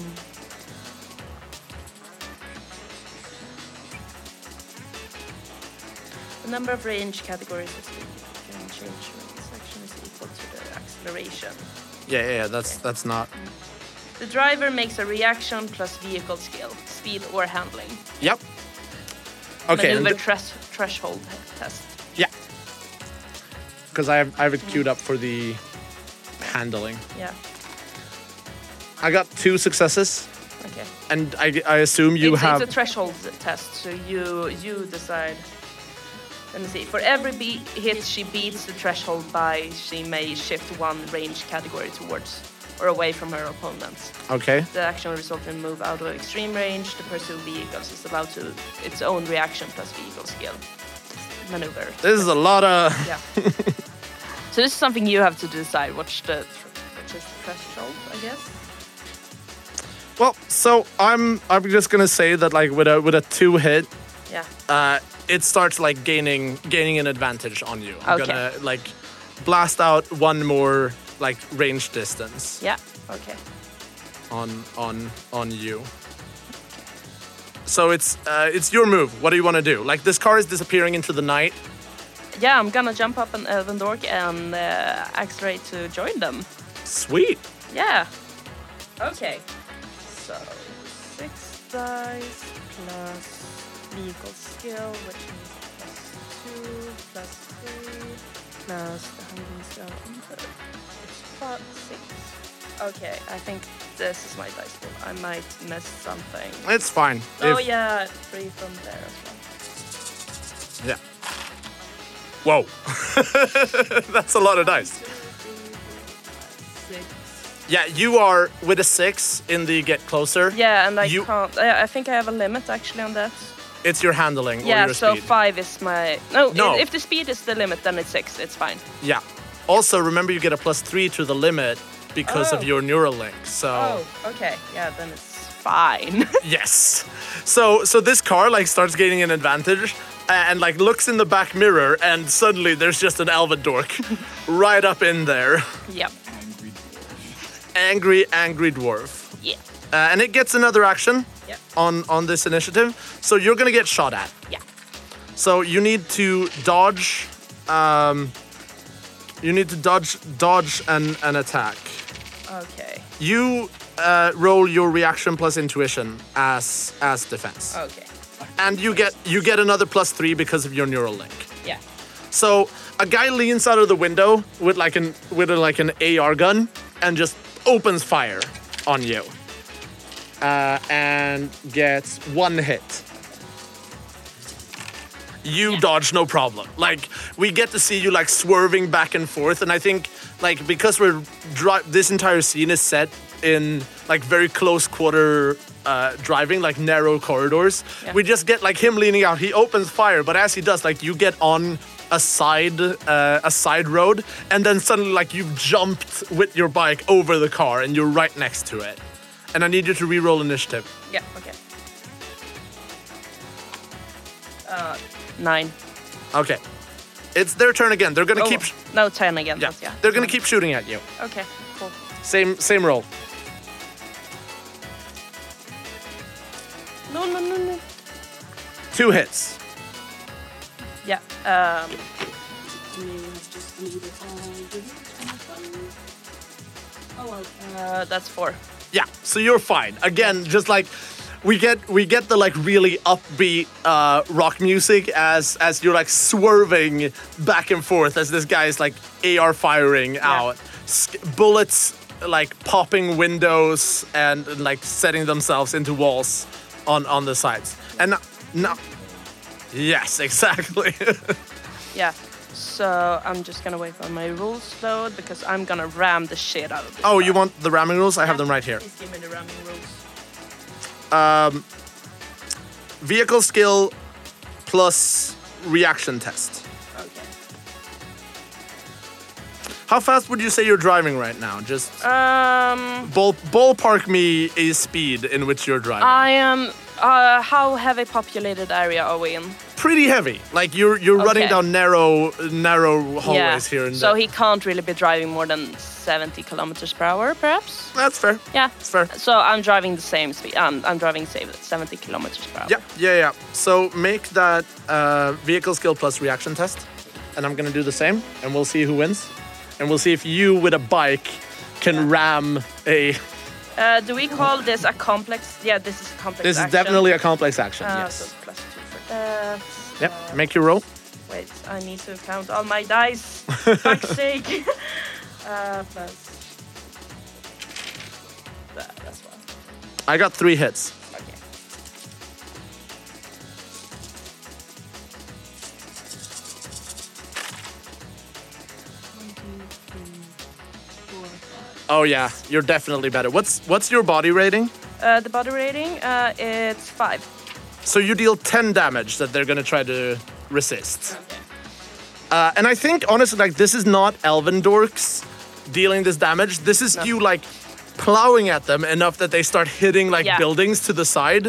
S2: the number of range categories is can change when this action is equal to the acceleration.
S1: yeah yeah, yeah that's that's not
S2: The driver makes a reaction plus vehicle skill, speed or handling.
S1: Yep. Okay. and
S2: Maneuver
S1: th-
S2: tras- threshold test.
S1: Yeah. Because I have, I have it queued up for the handling.
S2: Yeah.
S1: I got two successes,
S2: Okay.
S1: and I, I assume you
S2: it's,
S1: have.
S2: it's a threshold test, so you you decide. Let me see. For every be- hit she beats the threshold by, she may shift one range category towards or away from her opponents.
S1: okay.
S2: The action will result in move out of extreme range. The pursuit vehicles is about to its own reaction plus vehicle skill maneuver.
S1: This is a lot of.
S2: Yeah. so this is something you have to decide. What's the which is the threshold, I guess.
S1: Well, so I'm I'm just gonna say that like with a with a two hit,
S2: Yeah.
S1: uh, it starts like gaining gaining an advantage on you. I'm
S2: Okay.
S1: gonna like blast out one more like range distance
S2: Yeah. Okay.
S1: on on on you. So it's uh, it's your move. What do you want to do? Like this car is disappearing into the night.
S2: Yeah, I'm gonna jump up an Elven Dork and uh, accelerate to join them.
S1: Sweet.
S2: Yeah. Okay. So six dice plus vehicle skill, which means plus two, plus three, plus the hunting skill. It's plus six. Okay, I think this is my dice pool. I might miss something.
S1: It's fine.
S2: Oh
S1: If-
S2: yeah, three from there as well.
S1: Yeah. Whoa. That's a lot of dice.
S2: Six.
S1: Yeah, you are with a six in the get closer.
S2: Yeah, and I
S1: You-
S2: can't. I, I think I have a limit actually on that.
S1: It's your handling or
S2: Yeah,
S1: your
S2: so
S1: speed.
S2: five is my. No,
S1: No.
S2: i- if the speed is the limit, then it's six. It's fine.
S1: yeah. Also, remember you get a plus three to the limit because
S2: Oh.
S1: of your neural link. So
S2: okay. Yeah, then it's fine.
S1: yes. So so this car like starts gaining an advantage and like looks in the back mirror and suddenly there's just an Alva dork right up in there.
S2: yep.
S4: Angry dwarf.
S1: Angry, angry dwarf.
S2: Yeah.
S1: Uh, and it gets another action
S2: Yeah.
S1: on on this initiative. So you're gonna get shot at.
S2: Yeah.
S1: So you need to dodge. Um, you need to dodge, dodge an, an attack.
S2: Okay.
S1: You uh, roll your reaction plus intuition as as defense,
S2: Okay.
S1: and you get you get another plus three because of your neural link.
S2: Yeah.
S1: So a guy leans out of the window with like an with a, like an AR gun and just opens fire on you, uh, and gets one hit. You dodge no problem. Like we get to see you like swerving back and forth, and I think like because we're dri- this entire scene is set in like very close quarter uh, driving, like narrow corridors.
S2: Yeah.
S1: We just get like him leaning out. He opens fire, but as he does, like you get on a side uh, a side road, and then suddenly like you've jumped with your bike over the car, and you're right next to it. And I need you to re-roll initiative.
S2: Yeah. Okay. Uh, nine.
S1: Okay, it's their turn again. They're gonna
S2: Oh,
S1: keep.
S2: no ten again.
S1: Yeah.
S2: but yeah.
S1: They're gonna keep shooting at you.
S2: Okay. Cool.
S1: Same same roll.
S2: No, no, no, no.
S1: Two hits.
S2: Yeah. Um. Oh, well, uh, that's four.
S1: Yeah, so you're fine. Again, just like we get we get the like really upbeat uh, rock music as as you're like swerving back and forth as this guy is like AR firing out S- bullets like popping windows and, and, like setting themselves into walls on on the sides. And no, no yes, exactly.
S2: Yeah. So I'm just gonna wait for my rules load because I'm gonna ram the shit out of this.
S1: oh,
S2: car.
S1: you want the ramming rules? I have them right here. Um,
S2: Please give me the ramming rules.
S1: Vehicle skill plus reaction test.
S2: Okay.
S1: How fast would you say you're driving right now? Just
S2: Um,
S1: ball, ballpark me a speed in which you're driving.
S2: I am. Uh, how heavy populated area are we in?
S1: Pretty heavy. Like you're you're running
S2: Okay.
S1: down narrow narrow hallways here and
S2: so
S1: there.
S2: he can't really be driving more than 70 kilometers per hour, perhaps.
S1: That's fair.
S2: Yeah.
S1: That's fair.
S2: So I'm driving the same speed. Um, I'm driving same 70 kilometers per hour.
S1: Yeah, yeah, yeah. So make that uh, vehicle skill plus reaction test, and I'm gonna do the same, and we'll see who wins, and we'll see if you with a bike can ram a.
S2: Uh, do we call this a complex? Yeah, this is a complex.
S1: This is
S2: action.
S1: definitely a complex action.
S2: Uh,
S1: yes.
S2: so plus two for that.
S1: Yep, make your roll.
S2: Wait, I need to count all my dice. Fuck's sake. uh, plus. That, that's one.
S1: I got three hits.
S2: Okay.
S1: Oh yeah, you're definitely better. What's what's your body rating?
S2: Uh, the body rating, uh, it's five.
S1: So you deal 10 damage that they're gonna try to resist. Uh, and I think honestly, like this is not Elven Dorks dealing this damage. This is you like plowing at them enough that they start hitting like
S2: Yeah.
S1: buildings to the side.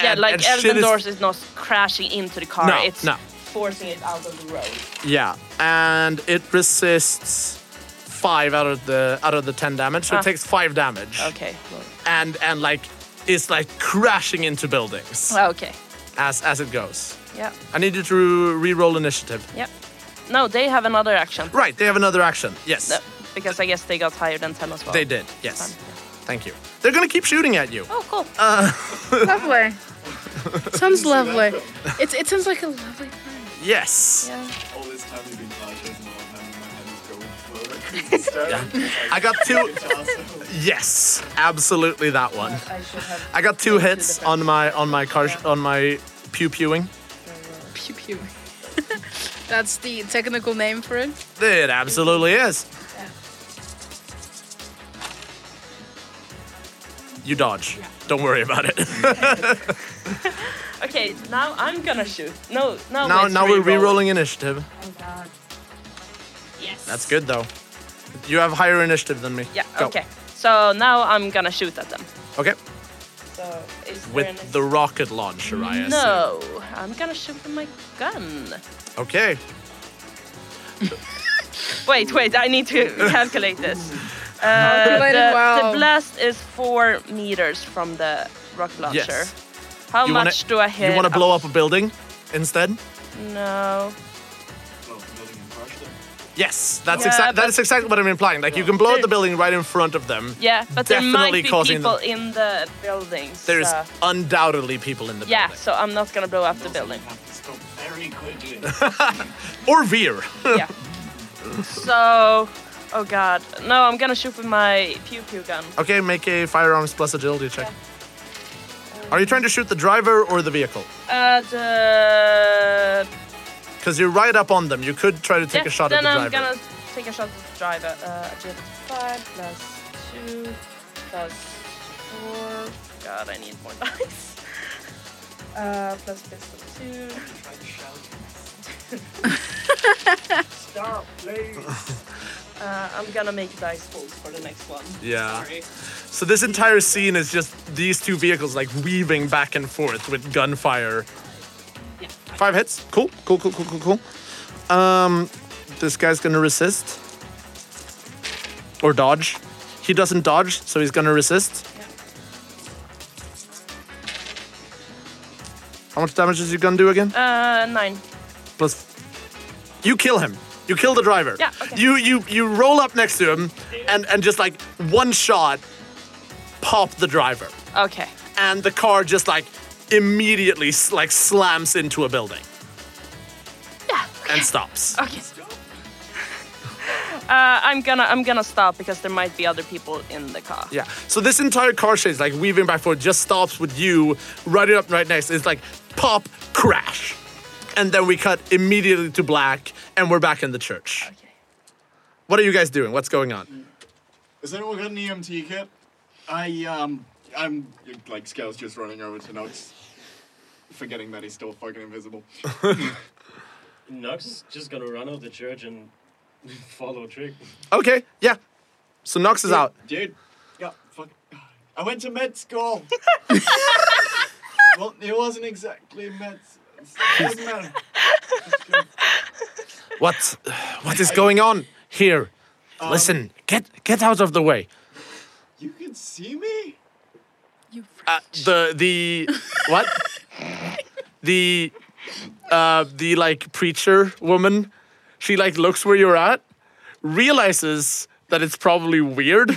S2: Yeah,
S1: And-
S2: like
S1: and shit
S2: Elven
S1: is-
S2: Doors is not crashing into the car.
S1: No,
S2: it's
S1: no.
S2: forcing it out of the road.
S1: Yeah, and it resists five out of the out of the 10 damage. So
S2: Ah.
S1: it takes five damage.
S2: Okay.
S1: And and like is like crashing into buildings
S2: Well, okay.
S1: as as it goes.
S2: Yeah.
S1: I need you to re-roll initiative.
S2: Yeah. No, they have another action.
S1: Right, they have another action. Yes.
S2: No, because I guess they got higher than 10 as well.
S1: They did, yes.
S2: Fun.
S1: Thank you. They're gonna keep shooting at you.
S2: Oh, cool.
S1: Uh,
S3: lovely. sounds lovely. It's, it sounds like a lovely time.
S1: Yes.
S2: yeah.
S5: All this time we've been talking, and all the time my hand is going slow. I couldn't start.
S1: I got two.
S5: Awesome.
S1: yes, absolutely that one.
S2: I should have.
S1: I got two hits on my on my car on my pew pewing.
S3: Pew pew. That's the technical name for it.
S1: It absolutely is. You dodge. Don't worry about it.
S2: Okay, now I'm gonna shoot. No, no.
S1: now
S2: it's
S1: now we're
S2: re-roll.
S1: re-rolling initiative.
S2: Oh Yes.
S1: That's good though. You have higher initiative than me.
S2: Yeah.
S1: Go.
S2: Okay. So now I'm gonna shoot at them.
S1: Okay.
S2: So is there an-
S1: With the rocket launcher, I assume.
S2: No, I'm gonna shoot with my gun.
S1: Okay.
S2: Wait, wait. I need to calculate this. Uh,
S3: Calculate it
S2: the,
S3: well.
S2: the blast is four meters from the rocket launcher.
S1: Yes.
S2: How
S1: You wanna-
S2: much do I hit?
S1: You want to blow up a building instead?
S2: No.
S5: Well, building and crush them.
S1: Yes, that's
S2: Yeah,
S1: exactly that
S2: but-
S1: is exactly what I'm implying. Like you can blow up the building right in front of them.
S2: Yeah, but there might
S1: Definitely
S2: be
S1: causing
S2: people in the buildings.
S1: There's
S2: so-
S1: undoubtedly people in the
S2: Yeah,
S1: building.
S2: so I'm not gonna blow up the building.
S5: Have to stop very quickly.
S1: Or veer.
S2: yeah. So, oh god, no, I'm gonna shoot with my pew pew gun.
S1: okay, make a firearms plus agility check. Are you trying to shoot the driver or the vehicle?
S2: Uh, the
S1: Because you're right up on them. You could try to take
S2: yeah,
S1: a shot at
S2: Then
S1: the
S2: I'm
S1: driver.
S2: gonna take a shot at the driver. Uh, agility five plus two plus four. God, I need more dice. Uh, plus pistol two. Stop, please. Uh, I'm gonna make dice rolls for the next one.
S1: Yeah.
S2: Sorry.
S1: So this entire scene is just these two vehicles like weaving back and forth with gunfire.
S2: Yeah.
S1: Five hits. Cool. Cool. Cool. Cool. Cool. Cool. Um, this guy's gonna resist or dodge. He doesn't dodge, so he's gonna resist. How much damage is your gun do again?
S2: Uh, nine.
S1: Plus, you kill him. You kill the driver.
S2: Yeah, okay.
S1: You you you roll up next to him, and and just like one shot, pop the driver,
S2: Okay.
S1: and the car just like immediately s- like slams into a building
S2: Yeah.
S1: and stops.
S2: Okay. Uh, I'm gonna I'm gonna stop because there might be other people in the car.
S1: Yeah. So this entire car chase, like weaving back forward, just stops with you right up right next. It's like pop, crash. And then we cut immediately to black and we're back in the church.
S2: Okay.
S1: What are you guys doing? What's going on?
S5: Has anyone got an EMT kit? I um, I'm like Scale's just running over to Nox, forgetting that he's still fucking invisible.
S6: Nux is just gonna run out of the church and follow Trick.
S1: Okay, yeah. So Nox is out.
S5: Dude, yeah, fuck. I went to med school. well, it wasn't exactly med. It doesn't matter.
S1: What what is going on Um, here? Listen, get get out of the way.
S5: You can see me.
S3: You
S1: Uh, the the what? the uh the like preacher woman, she like looks where you're at, realizes that it's probably weird,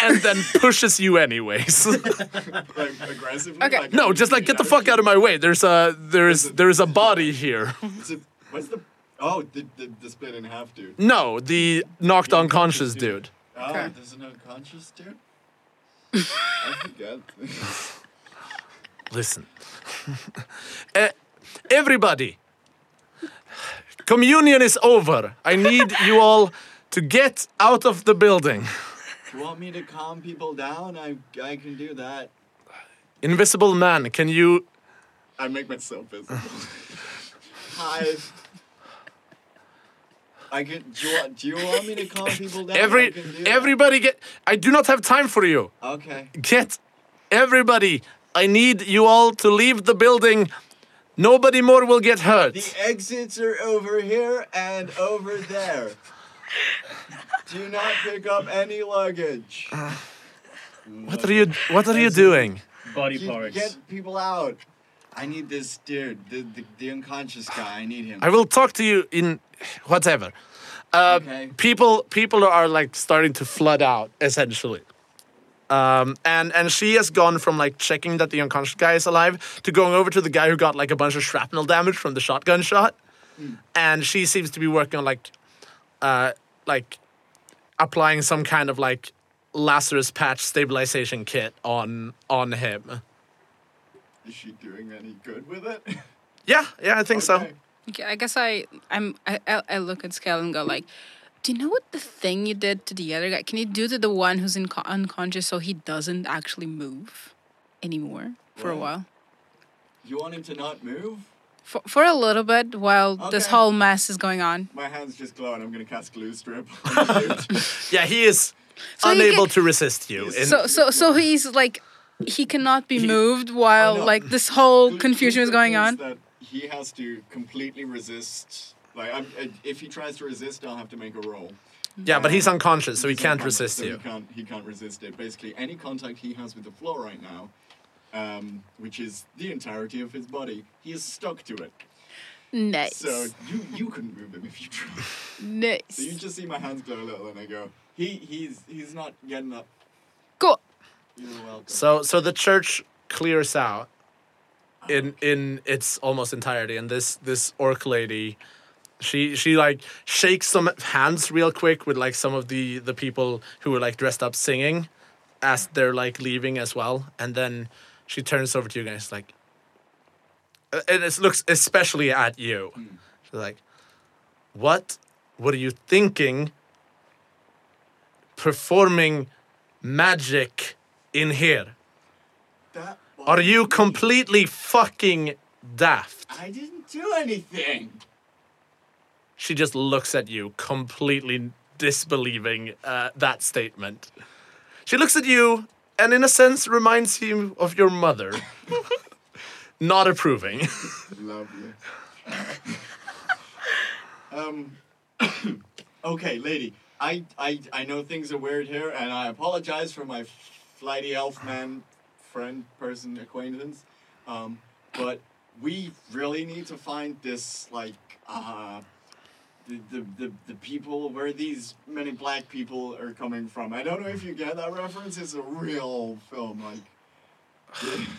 S1: and then pushes you anyways.
S5: Like aggressively.
S3: Okay.
S5: Like,
S1: no, just like get the fuck out of my way. There's a there's there's a body here.
S5: Is it- what's the? Oh, the, the the split in half dude.
S1: No, the knocked unconscious dude.
S5: Oh,
S3: Okay.
S5: there's an unconscious dude. I forget.
S1: Listen, Eh, everybody, communion is over. I need you all to get out of the building.
S5: you want me to calm people down? I I can do that.
S1: Invisible man, can you?
S5: I make myself visible. Hi. I can. Do you, want, do you want me to calm people down? I
S1: Every
S5: can do that.
S1: everybody get. I do not have time for you.
S5: Okay.
S1: Get everybody. I need you all to leave the building. Nobody more will get hurt.
S5: The exits are over here and over there. Do not pick up any luggage.
S1: Uh, What are you What are you doing?
S6: Body
S5: Get-
S6: parts.
S5: Get people out. I need this dude, the, the, the unconscious guy. I need him.
S1: I will talk to you in whatever. Um,
S5: Okay.
S1: People people are like starting to flood out essentially. Um, and and she has gone from like checking that the unconscious guy is alive to going over to the guy who got like a bunch of shrapnel damage from the shotgun shot,
S5: Hmm.
S1: and she seems to be working on like, uh, like, applying some kind of like Lazarus patch stabilization kit on on him.
S5: Is she doing any good with it? I
S1: Yeah, yeah, I think so.
S3: Okay, I guess I I'm I I I look at Scal and go like, do you know what the thing you did to the other guy? Can you do to the one who's in unconscious so he doesn't actually move anymore for a
S5: Right.
S3: while?
S5: You want him to not move?
S3: For, for a little bit while this
S5: Okay.
S3: whole mess is going on.
S5: My hands just glow and I'm gonna cast glue strip. on the dude.
S1: Yeah, he is
S3: So you
S1: unable
S3: get-
S1: to resist you. in-
S3: So so so he's like he cannot be moved while
S5: Oh, no.
S3: like this whole
S5: Glue-
S3: confusion
S5: glue
S3: is
S5: strip
S3: going
S5: means
S3: on.
S5: That he has to completely resist. Like, I'm, I- if he tries to resist, I'll have to make a roll.
S1: Yeah, but he's unconscious, so he
S5: He's
S1: can't
S5: unconscious,
S1: resist
S5: so
S1: you.
S5: He can't, he can't resist it. Basically, any contact he has with the floor right now, um, which is the entirety of his body, he is stuck to it.
S3: Nice.
S5: So you, you couldn't move him if you tried.
S3: nice.
S5: So you just see my hands glow a little, and I go, he he's he's not getting up.
S3: cool.
S5: You're welcome.
S1: So so the church clears out in in its almost entirety and this this orc lady she she like shakes some hands real quick with like some of the the people who were like dressed up singing as they're like leaving as well and then she turns over to you guys like uh, and it looks especially at you she's like what were you thinking performing magic in here
S5: That
S1: are
S5: bothers
S1: you
S5: me.
S1: completely fucking daft?
S5: I didn't do anything.
S1: She just looks at you, completely disbelieving uh, that statement. She looks at you and, in a sense, reminds you of your mother. Not approving.
S5: Lovely. um, okay, lady. I, I I know things are weird here, and I apologize for my flighty elf man friend, person, acquaintance. Um, but we really need to find this like uh, the, the the the people where these many black people are coming from. I don't know if you get that reference. It's a real film, like.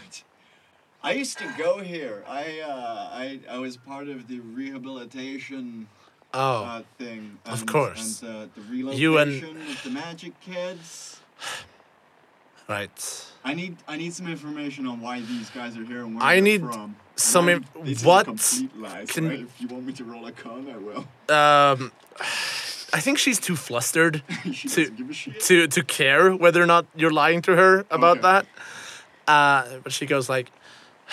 S5: I used to go here. I uh, I I was part of the rehabilitation
S1: Oh,
S5: uh, thing.
S1: Of
S5: and-
S1: course.
S5: And uh, the
S1: You and-
S5: relocation with the magic kids.
S1: right.
S5: I need I need some information on why these guys are here and where
S1: I
S5: they're
S1: need
S5: from.
S1: some
S5: And
S1: inf-
S5: I- these are
S1: what
S5: complete lies,
S1: can-
S5: right? If you want me to roll a con, I will.
S1: Um, I think she's too flustered
S5: she
S1: to
S5: doesn't give a shit.
S1: to to care whether or not you're lying to her about
S5: Okay.
S1: that. Uh, but she goes like,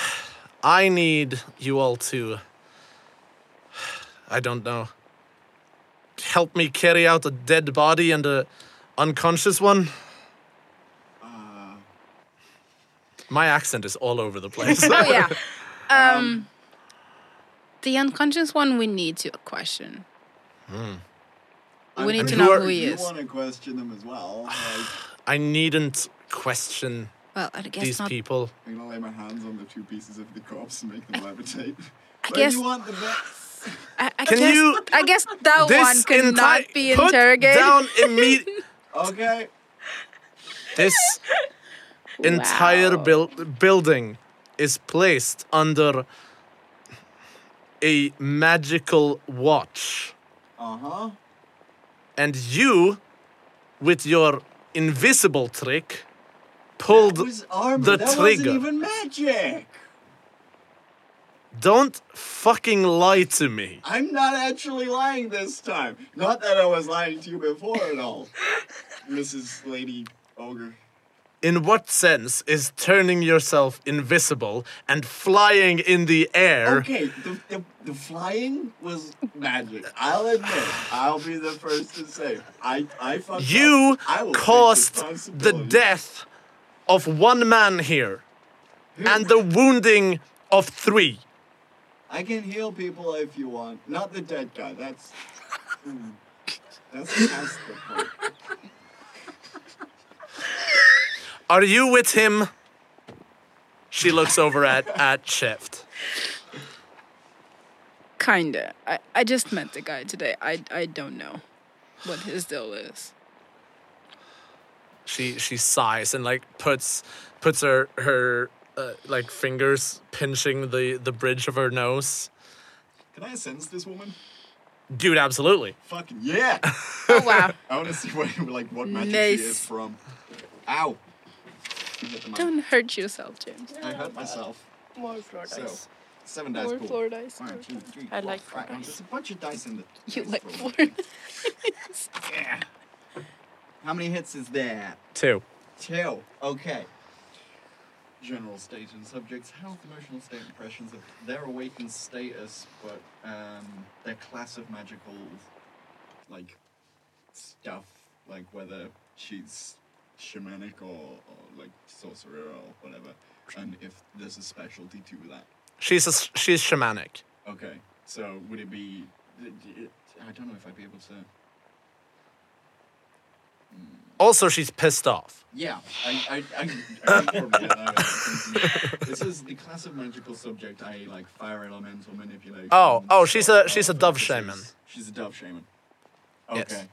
S1: "I need you all to, I don't know, help me carry out a dead body and a unconscious one."
S5: Uh,
S1: My accent is all over the place.
S3: Oh yeah. Um, the unconscious one we need to question.
S5: I'm-
S3: We need to
S5: I'm
S1: Hmm. who
S3: know
S1: are-
S3: who he
S5: you
S3: is.
S5: want to question them as well. Like,
S1: I needn't question
S3: Well, I guess
S1: these
S3: not.
S1: people.
S5: I'm gonna lay my hands on the two pieces of the corpse and make them levitate. I
S3: guess-
S5: you want the best?
S3: I, I
S1: Can
S3: guess,
S1: you-
S3: I guess that one
S1: This
S3: cannot
S1: entire
S3: be
S1: put
S3: interrogated.
S1: down immediately.
S5: Okay.
S1: This entire
S3: Wow.
S1: buil- building is placed under a magical watch.
S5: Uh huh.
S1: And you, with your invisible trick, pulled.
S5: That was armor.
S1: the
S5: that
S1: trigger.
S5: wasn't even magic.
S1: Don't fucking lie to me.
S5: I'm not actually lying this time. Not that I was lying to you before at all, Mrs. Lady Ogre.
S1: In what sense is turning yourself invisible and flying in the air?
S5: Okay, the, the, the flying was magic. I'll admit, I'll be the first to say, I I fucked
S1: You
S5: up. I will take
S1: caused the
S5: responsibility.
S1: death of one man here and the wounding of three.
S5: I can heal people if you want. Not the dead guy. That's mm, that's past the point.
S1: Are you with him? She looks over at at Shift.
S3: Kinda. I, I just met the guy today. I, I don't know what his deal is.
S1: She she sighs and like puts puts her her uh, like fingers pinching the the bridge of her nose.
S5: Can I sense this woman?
S1: Dude, absolutely.
S5: Fucking yeah!
S3: Oh wow.
S5: I want to see what like what magic she
S3: Nice.
S5: is from. Ow! I hit the mic.
S3: don't hurt yourself, James.
S5: I hurt myself.
S2: More floor
S5: So
S2: dice.
S5: seven dice.
S3: More
S5: pool.
S3: floor dice.
S5: One, two, three,
S2: I
S5: four,
S2: like
S5: five.
S2: dice.
S5: There's a bunch of dice in the.
S3: You
S5: dice
S3: like
S5: pool.
S3: floor
S5: Yeah. How many hits is that?
S1: Two.
S5: Two. Okay. General state and subjects' health, emotional state, impressions of their awakened status, but um, their class of magical, like, stuff, like whether she's shamanic or, or like sorcerer or whatever, and if there's a specialty to that.
S1: She's a, she's shamanic.
S5: Okay, so would it be? I don't know if I'd be able to.
S1: Also, she's pissed off.
S5: Yeah, I, I, I, I confirm with that. this is the class of magical subject I like fire elemental manipulation.
S1: Oh, oh, she's a- she's a
S5: so
S1: dove
S5: this
S1: shaman.
S5: is- She's a dove shaman. Okay.
S1: Yes.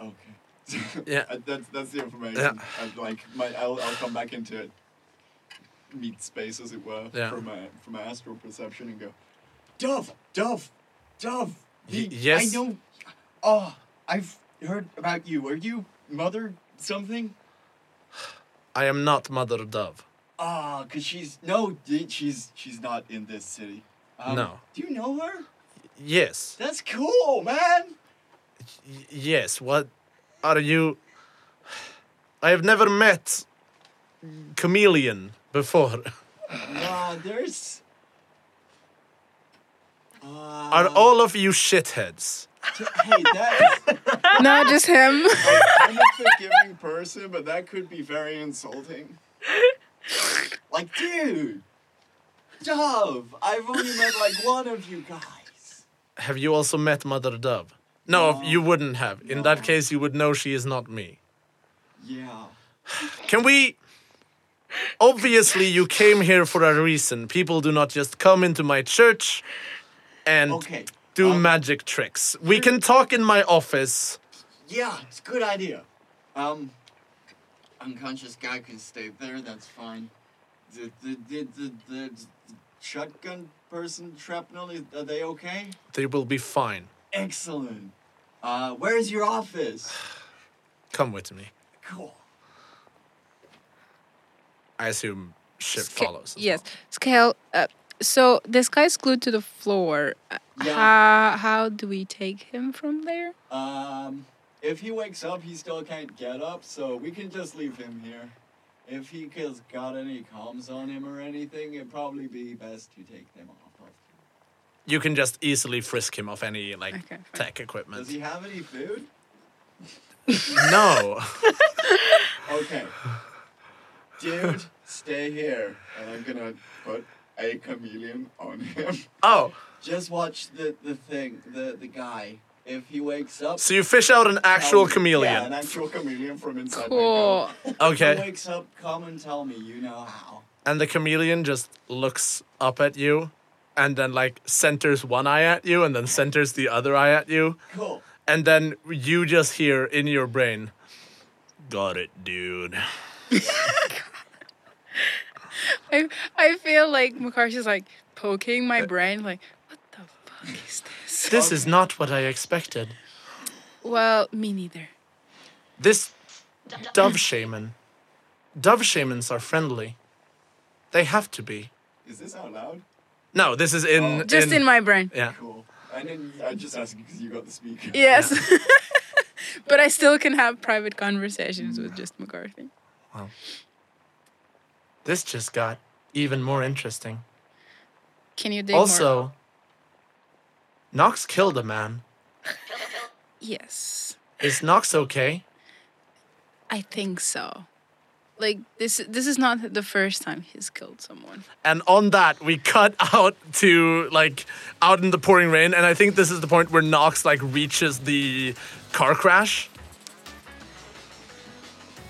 S5: Okay.
S1: Yeah.
S5: Uh, that's that's the information.
S1: Yeah.
S5: I'd like my I'll, I'll come back into it. Meet space as it were
S1: Yeah.
S5: from my from my astral perception and go, dove, dove, dove.
S1: Y-
S5: the-
S1: yes?
S5: I know. Oh, I've heard about you. Are you mother something?
S1: I am not Mother Dove.
S5: Ah, cause she's no, d- she's she's not in this city. Um,
S1: No.
S5: Do you know her?
S1: Yes.
S5: That's cool, man.
S1: Y- yes. What are you? I have never met Chameleon before.
S5: Nah, there's. Uh,
S1: Are all of you shitheads?
S5: t- hey, that is
S3: Not just him.
S5: I'm a forgiving person, but that could be very insulting. Like, dude, Dove, I've only met like one of you guys.
S1: Have you also met Mother Dove? No, you wouldn't have. In that
S5: No.
S1: case, you would know she is not me.
S5: Yeah.
S1: Can we? Obviously, you came here for a reason. People do not just come into my church and
S5: Okay.
S1: do
S5: um,
S1: magic tricks. We can talk in my office.
S5: Yeah, it's a good idea. Um, unconscious guy can stay there. That's fine. The the the the, the shotgun person shrapnel. is- Are they okay?
S1: They will be fine.
S5: Excellent. Uh, where's your office?
S1: Come with me.
S5: Cool.
S1: I assume ship
S3: Sca-
S1: follows. as
S3: Yes,
S1: well.
S3: scale. Uh, so this guy's glued to the floor. Uh,
S5: Yeah.
S3: How how do we take him from there?
S5: Um, if he wakes up, he still can't get up, so we can just leave him here. If he has got any comms on him or anything, it'd probably be best to take them off. of him.
S1: You can just easily frisk him of any like
S3: Okay, fine.
S1: tech
S5: Does he
S1: equipment.
S5: have any food?
S1: no.
S5: Okay. Dude, stay here. And I'm gonna put a chameleon on him.
S1: Oh,
S5: Just watch the, the thing, the, the guy. If he wakes up.
S1: so you fish out an actual
S5: tell me- Oh, Yeah, an
S1: chameleon.
S5: actual chameleon from inside. my
S3: Cool.
S5: mouth. If he
S1: Okay.
S5: wakes up, come and tell me. You know how.
S1: And the chameleon just looks up at you and then like centers one eye at you and then centers the other eye at you.
S5: Cool.
S1: And then you just hear in your brain, Got it, dude.
S3: I, I feel like McCarthy's like poking
S1: Uh,
S3: my brain, like, what the fuck is this?
S1: This is not what I expected.
S3: Well, me neither.
S1: This dove shaman. Dove shamans are friendly. They have to be.
S5: Is this out loud?
S1: No, this is in.
S3: Just in, my brain.
S1: Yeah.
S5: Cool. I didn't. I just asked because you got the speaker.
S3: Yes. but I still can have private conversations with just McCarthy.
S1: This just got even more interesting.
S3: Can you dig more?
S1: also, Nox killed a man.
S3: Yes.
S1: Is Nox okay?
S3: I think so. Like this this is not the first time he's killed someone.
S1: And on that, we cut out to like out in the pouring rain. And I think this is the point where Nox like reaches the car crash.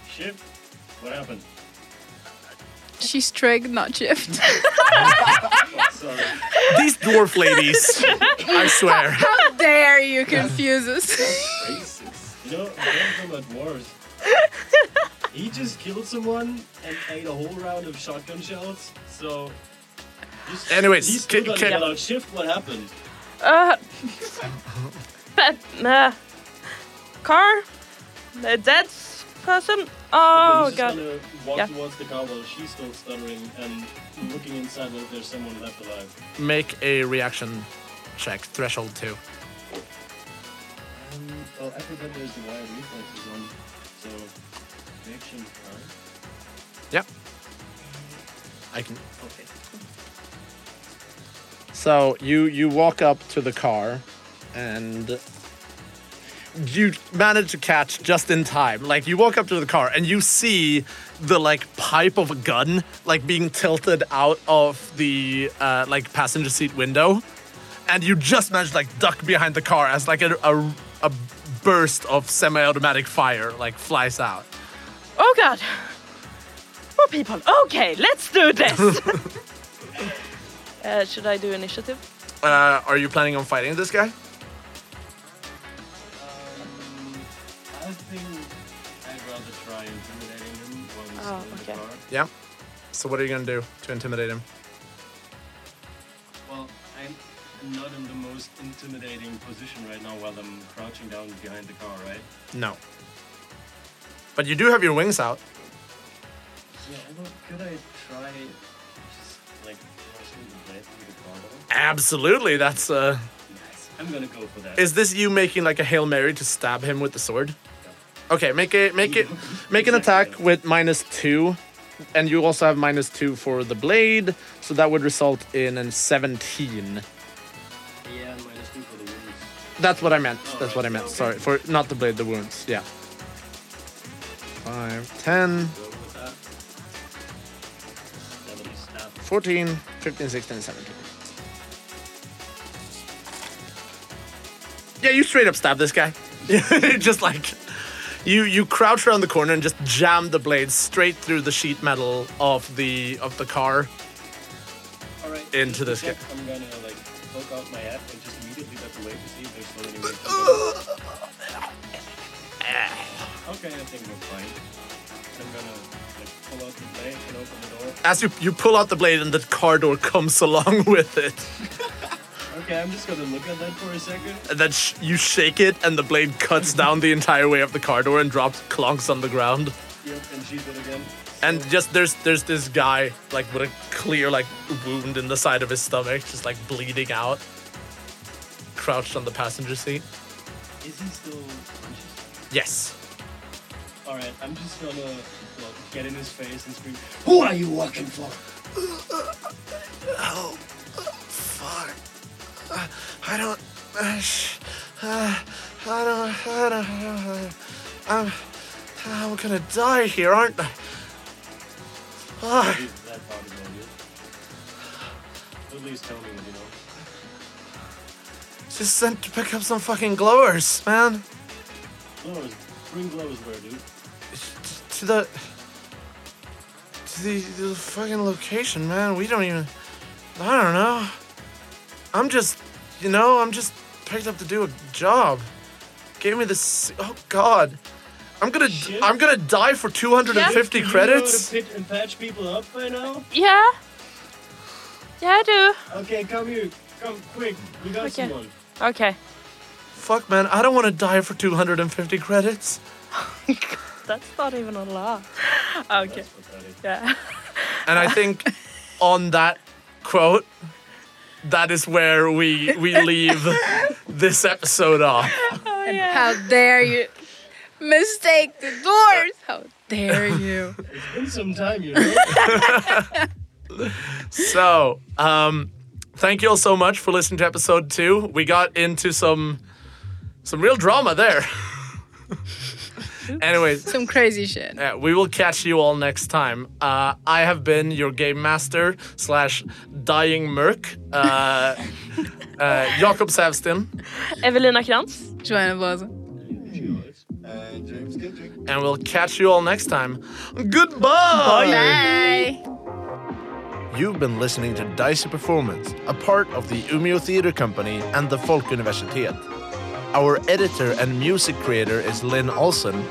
S6: Shit, what happened?
S3: She's trig, not shift.
S6: Sorry.
S1: These dwarf ladies, I swear.
S3: How dare you confuse us?
S6: Racist. You know, I'm from at wars. He just killed someone and ate a whole round of shotgun shells. So. Just,
S1: Anyways,
S6: he's still
S1: ca-
S6: got
S1: ca-
S6: yelled out. shift. What happened?
S2: Uh, but, uh, car, the dead person.
S6: I
S2: Oh
S6: was just
S2: god.
S6: gonna walk
S2: Yeah.
S6: towards the car while she's still stuttering and looking inside whether there's someone left alive.
S1: Make a reaction check, threshold two.
S6: Um, well, I forgot there's the wire reflexes on, so reaction time.
S1: Yep. I can
S6: Okay.
S1: So you you walk up to the car, and you manage to catch just in time. Like you walk up to the car and you see the like pipe of a gun like being tilted out of the uh, like passenger seat window, and you just manage to, like duck behind the car as like a a, a burst of semi-automatic fire like flies out.
S2: Oh god. Poor people. Okay, let's do this. uh, should I do initiative?
S1: Uh, are you planning on fighting this guy?
S6: Um, I think I'd rather try intimidating him while he's
S2: Oh,
S6: still in
S2: okay.
S6: the car.
S1: Yeah. So what are you gonna do to intimidate him?
S6: Well, I'm not in the most intimidating position right now while I'm crouching down behind the car, right?
S1: No. But you do have your wings out.
S6: Yeah, I don't, could I try just like pushing the blade through the car door?
S1: Absolutely. That's uh
S6: Nice. I'm gonna go for that.
S1: is this you making like a Hail Mary to stab him with the sword? Okay, make it make it make an attack with minus 2 and you also have minus 2 for the blade, so that would result in an 17.
S6: yeah, minus two for the wounds.
S1: That's what I meant. That's what I meant. Sorry, for not the blade, the wounds. Yeah. 5 10
S6: Go with that. That'll be staff.
S1: 14 15 16 17. Yeah, you straight up stab this guy. just like you you crouch around the corner and just jam the blade straight through the sheet metal of the of the car.
S6: All right.
S1: Into
S6: to
S1: this
S6: check,
S1: guy.
S6: I'm gonna like poke out my hat and just immediately got to wait to see if there's still any way to go. Okay, I think we're fine. I'm gonna like pull out the blade and open the door.
S1: As you you pull out the blade and the car door comes along with it.
S6: Okay, I'm just gonna look at that for a second.
S1: And then sh- you shake it and the blade cuts down the entire way up the car door and drops clonks on the ground.
S6: Yep, and she's it again.
S1: And just there's there's this guy like with a clear like wound in the side of his stomach, just like bleeding out, crouched on the passenger seat.
S6: Is he still conscious?
S1: Yes.
S6: All right, I'm just gonna well, get in his face and scream, "Who are you working for?"
S1: Oh, fuck! I don't. I don't. I don't. I'm. I'm gonna die here, aren't I? Ah,
S6: Maybe that part is on you. At least tell me what you know.
S1: Just sent to pick up some fucking glowers, man.
S6: Gloves. Bring gloves where, dude?
S1: to the to the, the fucking location, man. We don't even. I don't know. I'm just, you know, I'm just picked up to do a job. Gave me this. Oh God, I'm gonna
S6: Shit.
S1: I'm gonna die for 250
S6: Do you
S1: credits.
S6: Know how to pit and patch people up by now?
S2: Yeah. Yeah, I do.
S6: Okay, come here. Come quick. We got
S2: Okay.
S6: someone.
S2: Okay.
S1: Fuck, man, I don't want to die for 250 credits.
S2: That's not even a lot. Okay.
S6: That's pathetic.
S2: Yeah.
S1: And I think on that quote, that is where we we leave this episode off.
S2: Oh, yeah.
S3: How dare you mistake the doors? How dare you?
S6: It's been some time, you know.
S1: So, um, thank you all so much for listening to episode two. We got into some some real drama there. Anyways,
S3: Some crazy shit.
S1: Yeah, we will catch you all next time. Uh, I have been your game master slash dying merc, uh, uh, Jakob Savstin,
S2: Evelina Krantz.
S3: Joanna Bosa.
S5: And Uh, James Kitchen.
S1: and we'll catch you all next time. Goodbye.
S3: Bye.
S8: You've been listening to Dicey Performance, a part of the Umeå Theatre Company and the Folkuniversitet. Our editor and music creator is Lynn Olsen,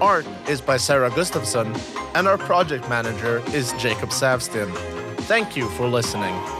S8: art is by Sarah Gustafsson, and our project manager is Jacob Savstin. Thank you for listening.